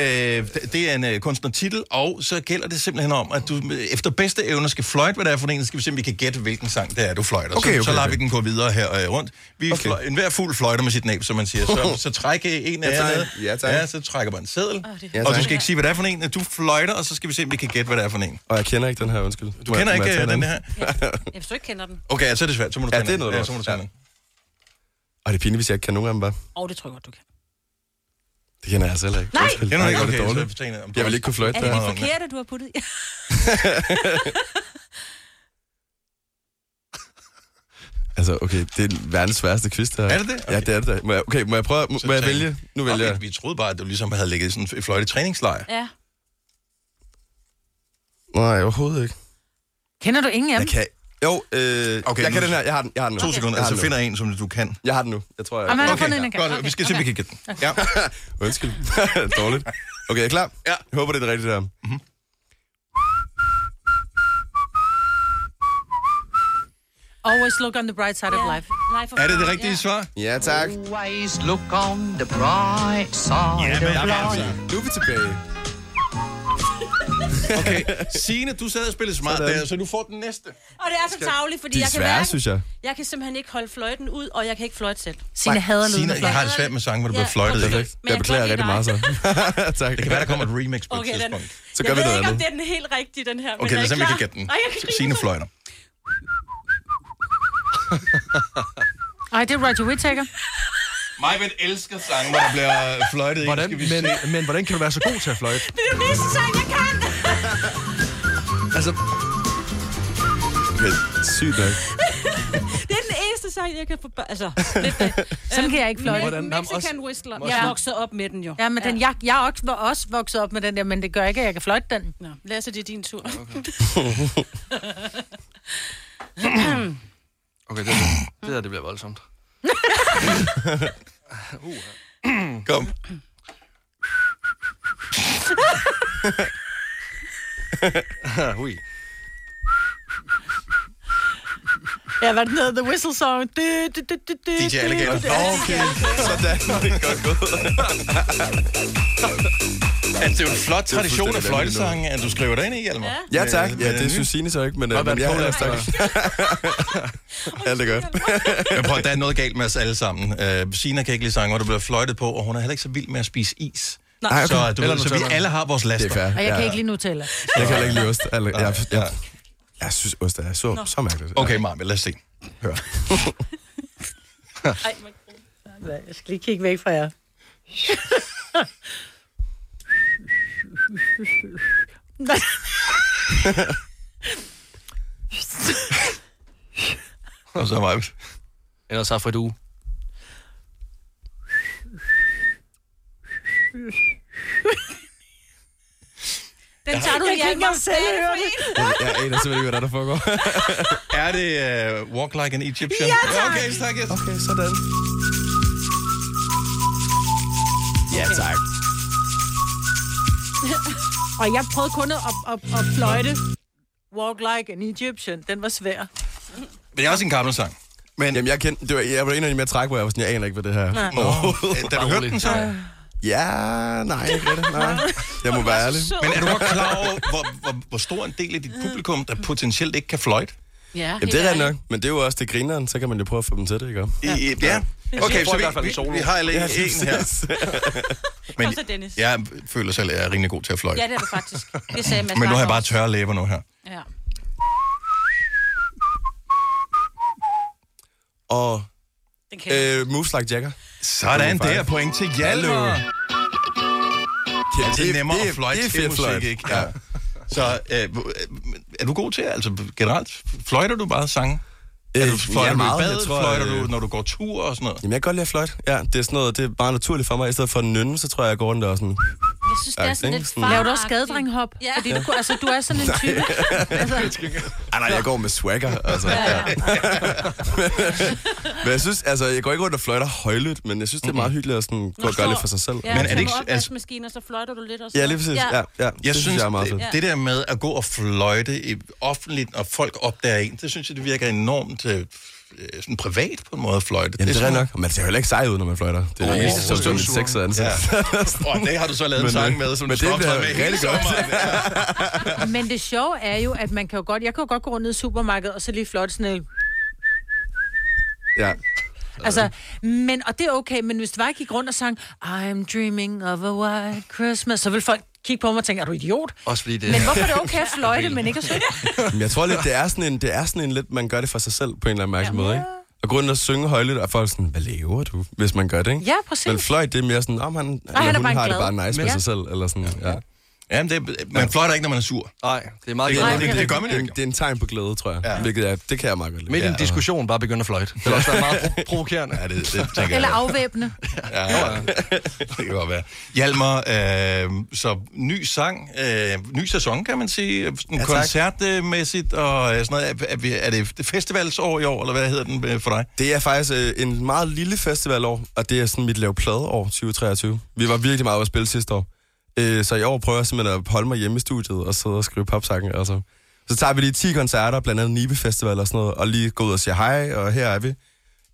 A: det er en øh, kunstnertitel, og så gælder det simpelthen om, at du øh, efter bedste evne skal fløjte, hvad det er for en, så skal vi se, om vi kan gætte, hvilken sang det er, du fløjter.
K: Okay,
A: så,
K: okay,
A: så lader
K: okay.
A: vi den gå videre her øh, rundt. Vi okay. fløj, enhver fugl fløjter med sit næb, som man siger. Så, så træk øh, en af
K: Ja, tak.
A: jer ned.
K: Ja, tak.
A: ja, så trækker man en seddel,
K: Ja,
A: og
K: tak.
A: du skal ikke sige, hvad det er for en. Du fløjter, og så skal vi se, om vi kan gætte, hvad det er for en.
K: Og jeg kender ikke den her, undskyld.
A: Du kender ikke øh, den her?
B: Ja, hvis du ikke kender den.
A: Okay, så altså, er det svært. Så må du
K: Ja,
A: tage
K: det er
A: en.
K: noget
A: ja,
K: lort.
A: så må du tage den.
K: Og det er pinligt, hvis jeg ikke kan nogen af dem, bare.
B: Åh, oh, det tror jeg godt, du kan.
K: Det kender jeg selv ikke.
B: Nej!
K: Undskyld.
A: Kender du ikke?
K: hvor er
A: Okay,
K: det dårligt.
A: så tag en af dem.
K: Jeg vil ikke kunne fløjte
B: Er det
K: der.
B: de forkerte, du har puttet i?
K: altså, okay, det er verdens sværeste quiz, det her.
A: Er det det?
K: Okay. Ja, det er det der. Må jeg, okay, må jeg prøve? Må, må jeg
A: tag
K: vælge?
A: en.
K: Nu vælger
A: Okay,
K: jeg.
A: vi troede bare, at du ligesom havde ligget i sådan en fløjte træningslejr.
B: ja.
K: Nej, overhovedet ikke.
D: Kender du ingen af dem?
K: Jeg kan... Jo, øh, okay, jeg
A: nu-
K: kan den her. Jeg har den. Jeg har den nu.
A: To sekunder,
K: Jeg har
A: altså
K: den
A: finder
K: nu.
A: en, som du kan.
K: Jeg har den nu. Jeg tror, jeg...
D: Jamen, han har fundet en, han kan.
A: Godt,
D: Okay,
A: vi skal se, om vi kan gætte den. Ja.
K: Undskyld. Dårligt. Okay, er I klar? Ja. Jeg håber, det er det rigtige der. Mm-hmm.
D: Always look on the bright side of life.
A: Er det det rigtige svar?
K: Ja, tak.
L: Always look on the bright side
A: Ja, men
L: of
A: altså.
L: life.
K: Nu er vi tilbage.
A: Okay, Signe, du sad og spillede smart der, så du får den næste.
B: Og det er så tavligt, fordi
A: De er
B: jeg kan
A: svære,
B: hverken-
A: synes jeg.
B: Jeg kan simpelthen ikke holde fløjten ud, og jeg kan ikke fløjte selv.
A: Nej, Signe, jeg har det svært med sange, hvor du
B: Ja,
A: bliver fløjtet.
B: okay.
A: i.
B: Men jeg Jeg beklager kan rigtig
K: meget, så. tak.
A: Det kan være, der kommer et remix på et
B: Okay, den,
A: tidspunkt.
B: jeg ved ikke, om det er den helt rigtige, den her. men
A: Okay,
B: er
A: lad os se,
B: I
A: om vi kan
B: klar?
A: gætte den.
B: Ej, jeg griner
A: Signe
B: så-
A: fløjter.
D: Ej, det er Roger Whittaker.
A: Majbet elsker sange, hvor der bliver fløjtet. Hvordan,
C: men, men hvordan kan du være så god til at fløjte?
B: Det er den næste sang, jeg kan!
C: Altså...
K: Okay, sygt nok.
B: Det er den eneste sang, jeg kan få... Altså,
D: Sådan kan jeg ikke fløjte.
B: Hvordan? Mexican Whistler. Jeg er vokset op med den jo.
D: Ja, men den, jeg, jeg er også, var også vokset op med den der, men det gør ikke, at jeg kan fløjte den.
B: Nå, Lasse, det er din tur.
C: Okay, det, er- det der, det bliver voldsomt. uh.
A: Kom.
C: Ui.
D: Ja, hvad den hedder, The Whistle Song. Du, du, du, du, du,
A: DJ Alligator.
D: du, du, du.
A: Okay, sådan. Det er godt gået. Altså, det er jo en flot
K: Det er
A: tradition af
K: fuldstændig
A: fløjtesange, at du skriver dig ind i, Hjalmar.
K: Ja, tak.
A: Med- med
K: Ja,
A: den
K: det synes
A: nye.
K: Signe så ikke, men,
A: Godt,
K: øh, men jeg
A: hvad er
K: har
A: det,
K: ellers tak. Alt er godt.
A: Men prøv, at- der er noget galt med os alle sammen. Øh, Sina kan ikke lide sange, hvor der bliver fløjtet på, og hun er heller ikke så vild med at spise is.
D: Nej.
K: Ej, okay.
A: Så, du
K: Eller
A: ved, så vi
K: Nutella.
A: alle har vores laster.
K: Det er fair.
D: Og jeg kan
K: Ja.
D: ikke lige Nutella.
K: Jeg kan heller ikke lide ost. Eller, jeg, jeg, jeg, synes, ost er så, så mærkeligt.
A: Okay, Marmel, lad os se. Hør.
D: Jeg skal lige kigge væk fra jer.
A: Og så mig.
C: Ellers har for et uge.
B: Den tager du
D: Jeg kan
B: i
D: ikke engang selv høre det.
K: Jeg, jeg aner simpelthen ikke, hvad der, er, der foregår.
A: Er det uh, Walk Like an Egyptian?
K: Ja, tak.
A: Okay, tak. Yes.
K: Okay, sådan. Ja, tak.
D: Og jeg prøvede kun at, at, at fløjte Walk Like an Egyptian. Den var svær.
A: Men det er også en gammel sang. Men...
K: Jamen, jeg, kendte, det var, jeg var en af de mere træk, hvor jeg var sådan, jeg aner ikke, hvad det her
D: Nej.
K: er. overhovedet.
A: Øh, Da du hørte den så?
K: Ja, Ah, nej, ikke rigtig, nej. Jeg må være ærlig.
A: Men er du godt klar over, hvor, hvor, hvor stor en del af dit publikum, der potentielt ikke kan fløjte?
B: Ja,
K: Jamen, det er rigtigt nok, men det er jo også det grineren, så kan man jo prøve at få dem til det, ikke?
A: I, ja. Okay, så vi, vi, vi har lige
K: Ja,
A: en her.
K: præcis.
A: Men
B: så Dennis.
A: jeg føler selv, at jeg er rimelig god til at fløjte.
B: Ja, det er du faktisk. Det sagde Mads
A: Men nu har jeg
B: Langer
A: bare tørre læber nu her.
B: også. Ja.
K: og
B: Den
K: øh, Moves Like Jagger.
A: Sådan der, point til Hjalmar. Ja, Altså, det, det er nemmere
K: det-
A: at fløjte
K: det er
A: til
K: fedt fløjt.
A: musik, ikke? Ja. Så øh, er du god til, altså generelt, fløjter du bare sange?
K: Øh,
A: Er du, fløjter du i badet, fløjter du, når du går tur og sådan noget?
K: Jamen, jeg kan godt lide at fløjte. Ja, det er sådan noget, det er bare naturligt for mig. I stedet for at nynne, så tror jeg, jeg går rundt og sådan...
B: Jeg synes, det er sådan lidt far.
D: Laver du også skadedrenghop?
B: Ja.
D: Fordi du, kunne- altså, du er sådan en type.
K: Altså, Ej, nej, jeg går med swagger, altså. ja. men jeg synes, altså, jeg går ikke rundt og fløjter højlydt, men jeg synes, det er meget hyggeligt at sådan, gå og gøre lidt for sig selv.
B: Ja, men er det ikke... Altså... Maskiner, så fløjter du lidt og
K: Ja, lige præcis. Ja, ja.
A: Jeg
K: Det
A: synes,
K: synes jeg er meget
A: det,
K: fedt.
A: det der med at gå og fløjte i offentligt, og folk opdager en, det synes jeg, det virker enormt øh, øh, sådan privat på en måde at fløjte.
K: Jamen, det er
A: sådan-
K: rigtigt nok. Og Man ser jo heller ikke sej ud, når man fløjter. Det er
A: Overhovedet
K: det mest som en
A: ikke.
K: sexet ansigt.
A: Ja. Og det har du så lavet en
K: Men, øh,
A: sang med, som
K: men
A: du
K: det
A: skal optræde
K: bliver
A: med hele
K: rigtig godt.
A: sommeren.
D: Men det sjove er jo, at man kan jo godt... Jeg kan jo godt gå rundt ned i supermarkedet, og så lige flot sådan en...
K: Ja.
D: Altså, men, og det er okay, men hvis det var, jeg gik rundt og sang, I'm dreaming of a white Christmas, så vil folk kigge på mig og tænke, er du idiot?
C: Også fordi det
D: Men hvorfor er det okay at fløjte, men ikke at synge?
K: Men jeg tror lidt, det er, sådan en, det er sådan en lidt, man gør det for sig selv på en eller anden mærkelig måde, ikke? Og grunden at synge højlydt, er folk sådan, hvad laver du, hvis man gør det, ikke?
D: Ja, præcis.
K: Men fløjt, det er mere sådan, om han, eller
D: han er
K: hun
D: bare en
K: har det
D: glad."
K: bare nice med
D: Ja.
K: sig selv, eller sådan, ja.
A: Jamen, det, man fløjter ikke, når man er sur.
C: Nej, det er meget
A: det,
C: glæde.
A: det, det, det, det gør man
K: det,
A: ikke.
K: det, det er en tegn på glæde, tror jeg. Ja. Hvilket er, det kan jeg meget godt lide.
C: Midt i en
K: Ja,
C: diskussion bare begynder at fløjte. Det vil også være meget pro- provokerende.
A: Ja, det, det tænker
D: Eller
A: jeg.
D: afvæbne.
A: Ja, ja. det kan godt være. Hjalmar, øh, så ny sang, øh, ny sæson, kan man sige, ja,
K: tak.
A: koncertmæssigt og øh, sådan noget. Er, er, vi- er det festivalsår i år, eller hvad hedder den øh, for dig?
K: Det er faktisk øh, en meget lille festivalår, og det er sådan mit lave pladeår 2023. Vi var virkelig meget over at spille sidste år. Øh, så i år prøver jeg simpelthen at holde mig hjemme i studiet og sidde og skrive popsange. Altså. Så tager vi lige 10 koncerter, blandt andet Nibe Festival og sådan noget, og lige gå ud og sige hej, og her er vi.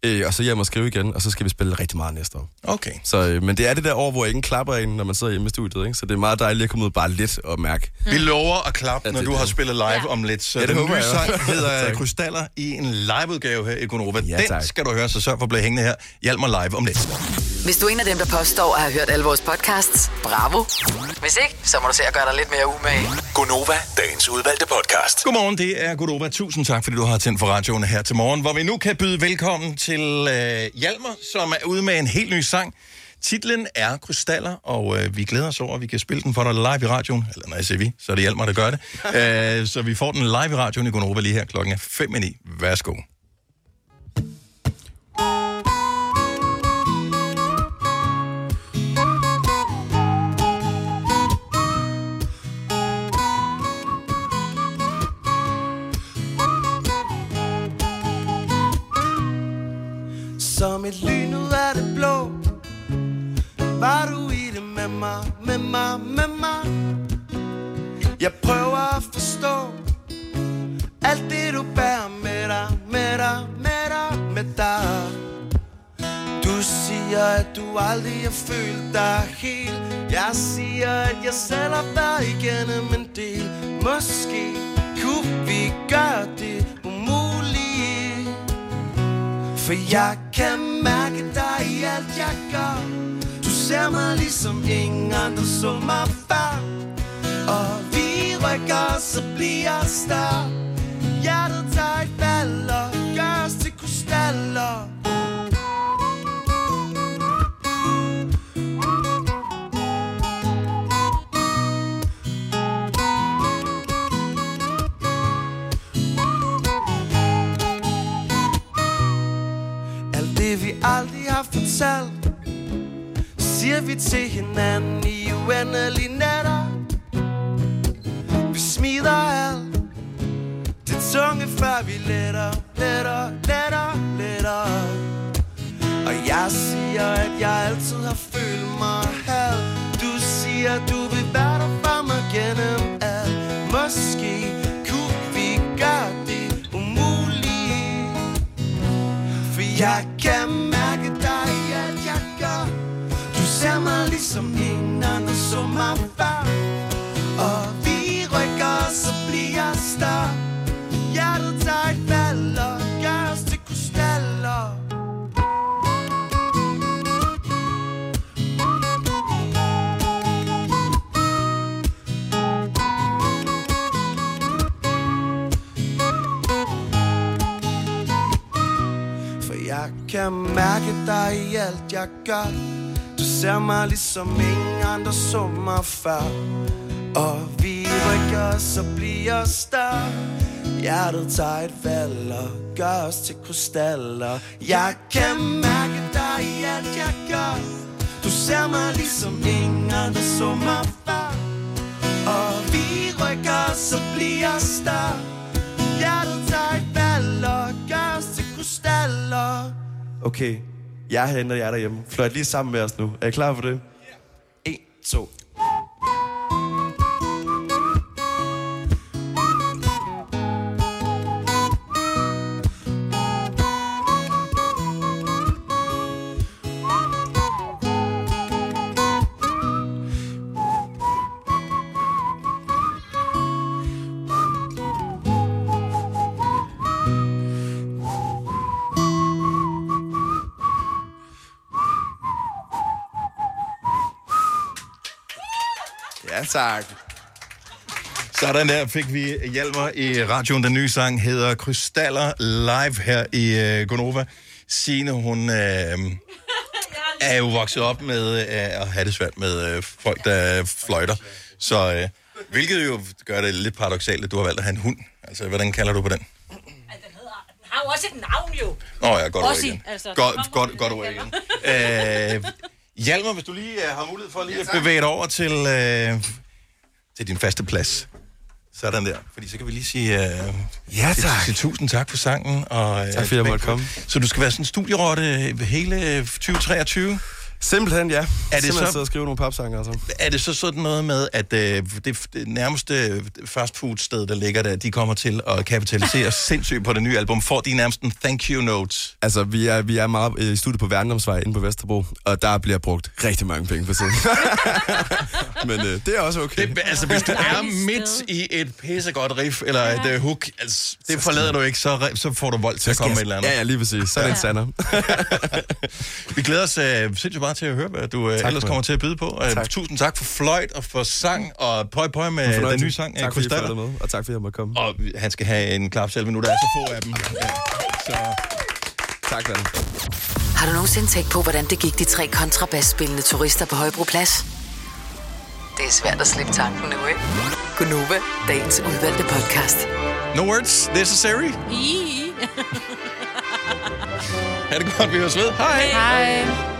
K: Øh, og så hjem og skrive igen, og så skal vi spille rigtig meget næste år.
A: Okay.
K: Så, øh, men det er det der år, hvor ingen klapper ind, når man sidder hjemme i studiet. Ikke? Så det er meget dejligt at komme ud bare lidt og mærke.
A: Mm. Vi lover at klappe,
K: Ja,
A: når
K: det-
A: du har spillet live om lidt. Så
K: Ja, det
A: den
K: håber
A: nye
K: jeg.
A: sang hedder øh,
K: Tak.
A: Krystaller i en liveudgave her i Gunova.
K: Ja,
A: den
K: tak.
A: skal du høre, så sørg for at blive hængende her. Hjælp mig live om lidt.
F: Hvis du er en af dem, der påstår at have hørt alle vores podcasts, bravo. Hvis ikke, så må du se at gøre dig lidt mere umage.
G: Gonova, dagens udvalgte podcast.
A: Godmorgen, det er Godova. Tusind tak, fordi du har tændt for radioen her til morgen, hvor vi nu kan byde velkommen til øh, Hjalmar, som er ude med en helt ny sang. Titlen er Krystaller, og øh, vi glæder os over, at vi kan spille den for dig live i radioen. Eller når jeg siger vi, så er det Hjalmar, der gør det. øh, så vi får den live i radioen i Gonova lige her klokken er 5 i. Værsgo.
V: Som et lyn ud af det blå Var du i det med mig, med mig, med mig Jeg prøver at forstå Alt det du bærer med dig, med dig, med dig, med dig Du siger at du aldrig har følt dig helt Jeg siger at jeg selv har været igennem en del Måske kunne vi gøre det umuligt for jeg kan mærke dig i alt jeg gør Du ser mig ligesom ingen andre så mig før Og vi rykker, så bliver større Hjertet tager et valg og gør os til krystaller Alt det vi aldrig har fortalt Siger vi til hinanden i uendelige natter Vi smider alt Det tunge før vi letter, letter, letter, letter Og jeg siger at jeg altid har følt mig hal Du siger du vil være der for mig gennem alt Måske kunne vi gøre det umulige for jeg kan mærke dig i alt jeg gør Du ser mig ligesom ingen andre så mig før Og vi rykker, så bliver jeg større Hjertet tager et valg og gør os til krystaller For Jeg kan mærke dig i alt jeg gør Du ser mig ligesom ingen andre så mig før Og vi rykker os og bliver større Hjertet tager et valg og gør os til krystaller Jeg kan mærke dig i alt jeg gør Du ser mig ligesom ingen andre så mig før Og vi rykker os og bliver større Hjertet tager et valg og gør os til krystaller
K: Okay, jeg henter jer derhjemme. Fløjt lige sammen med os nu. Er I klar for det? Ja. 1, 2,
A: Ja, tak. Sådan der fik vi Hjalmar i radioen. Den nye sang hedder Krystaller Live her i øh, Gonova. Signe, hun øh, er jo vokset op med øh, at have det svært med øh, folk, der fløjter. Så øh, hvilket jo gør det lidt paradoxalt, at du har valgt at have en hund. Altså, hvordan kalder du på den?
B: Den har jo også et navn, jo.
A: Nå ja, godt ord
B: Ossie,
A: igen.
B: altså.
A: Godt, godt, godt ord igen. Øh, Hjalmar, hvis du lige øh, har mulighed for lige at bevæge dig over til, øh, til din faste plads. Sådan der. Fordi så kan vi lige sige... Øh, ja, tak. Sige, tusind tak for sangen. Og, øh,
K: Tak, fordi jeg måtte komme.
A: Så du skal være sådan en studierotte øh, hele 2023?
K: Simpelthen, ja.
A: Er det,
K: Simpelthen sidde
A: så,
K: og skrive nogle papsange, altså.
A: er det så sådan noget med, at øh, det, det nærmeste fastfoodsted, der ligger der, de kommer til at kapitalisere sindssygt på det nye album? Får de nærmest en thank you note?
K: Altså, vi er, vi er meget øh, i studiet på Værndomsvej inde på Vesterbro, og der bliver brugt rigtig mange penge på siden. Men øh, det er også okay.
A: Det, altså, hvis du er midt i et pissegodt riff, eller et øh, hook, altså, det forlader du ikke, så, re- så får du vold til at komme med et eller andet.
K: Ja, ja, lige præcis. Sådan ja. en sander.
A: Vi glæder os øh, sindssygt meget til at høre, hvad du øh,
K: Tak,
A: ellers
K: mand.
A: kommer til at byde på. Øh,
K: Tak.
A: Tusind tak for fløjt og for sang, og pøj pøj med den nye sang af
K: Tak fordi I
A: Krystaller.
K: faldt med, og tak fordi jeg måtte komme.
A: Og han skal have en klap selv, men nu er der er så få af dem. Ja. Så...
K: Tak, Dan.
F: Har du nogensinde tænkt på, hvordan det gik de tre kontrabasspillende turister på Højbroplads? Det er svært at slippe tanken nu, ikke? Gunova, dagens udvalgte podcast.
A: No words necessary.
B: I.
A: Ha' det godt, vi høres ved. Hej.
B: Hej.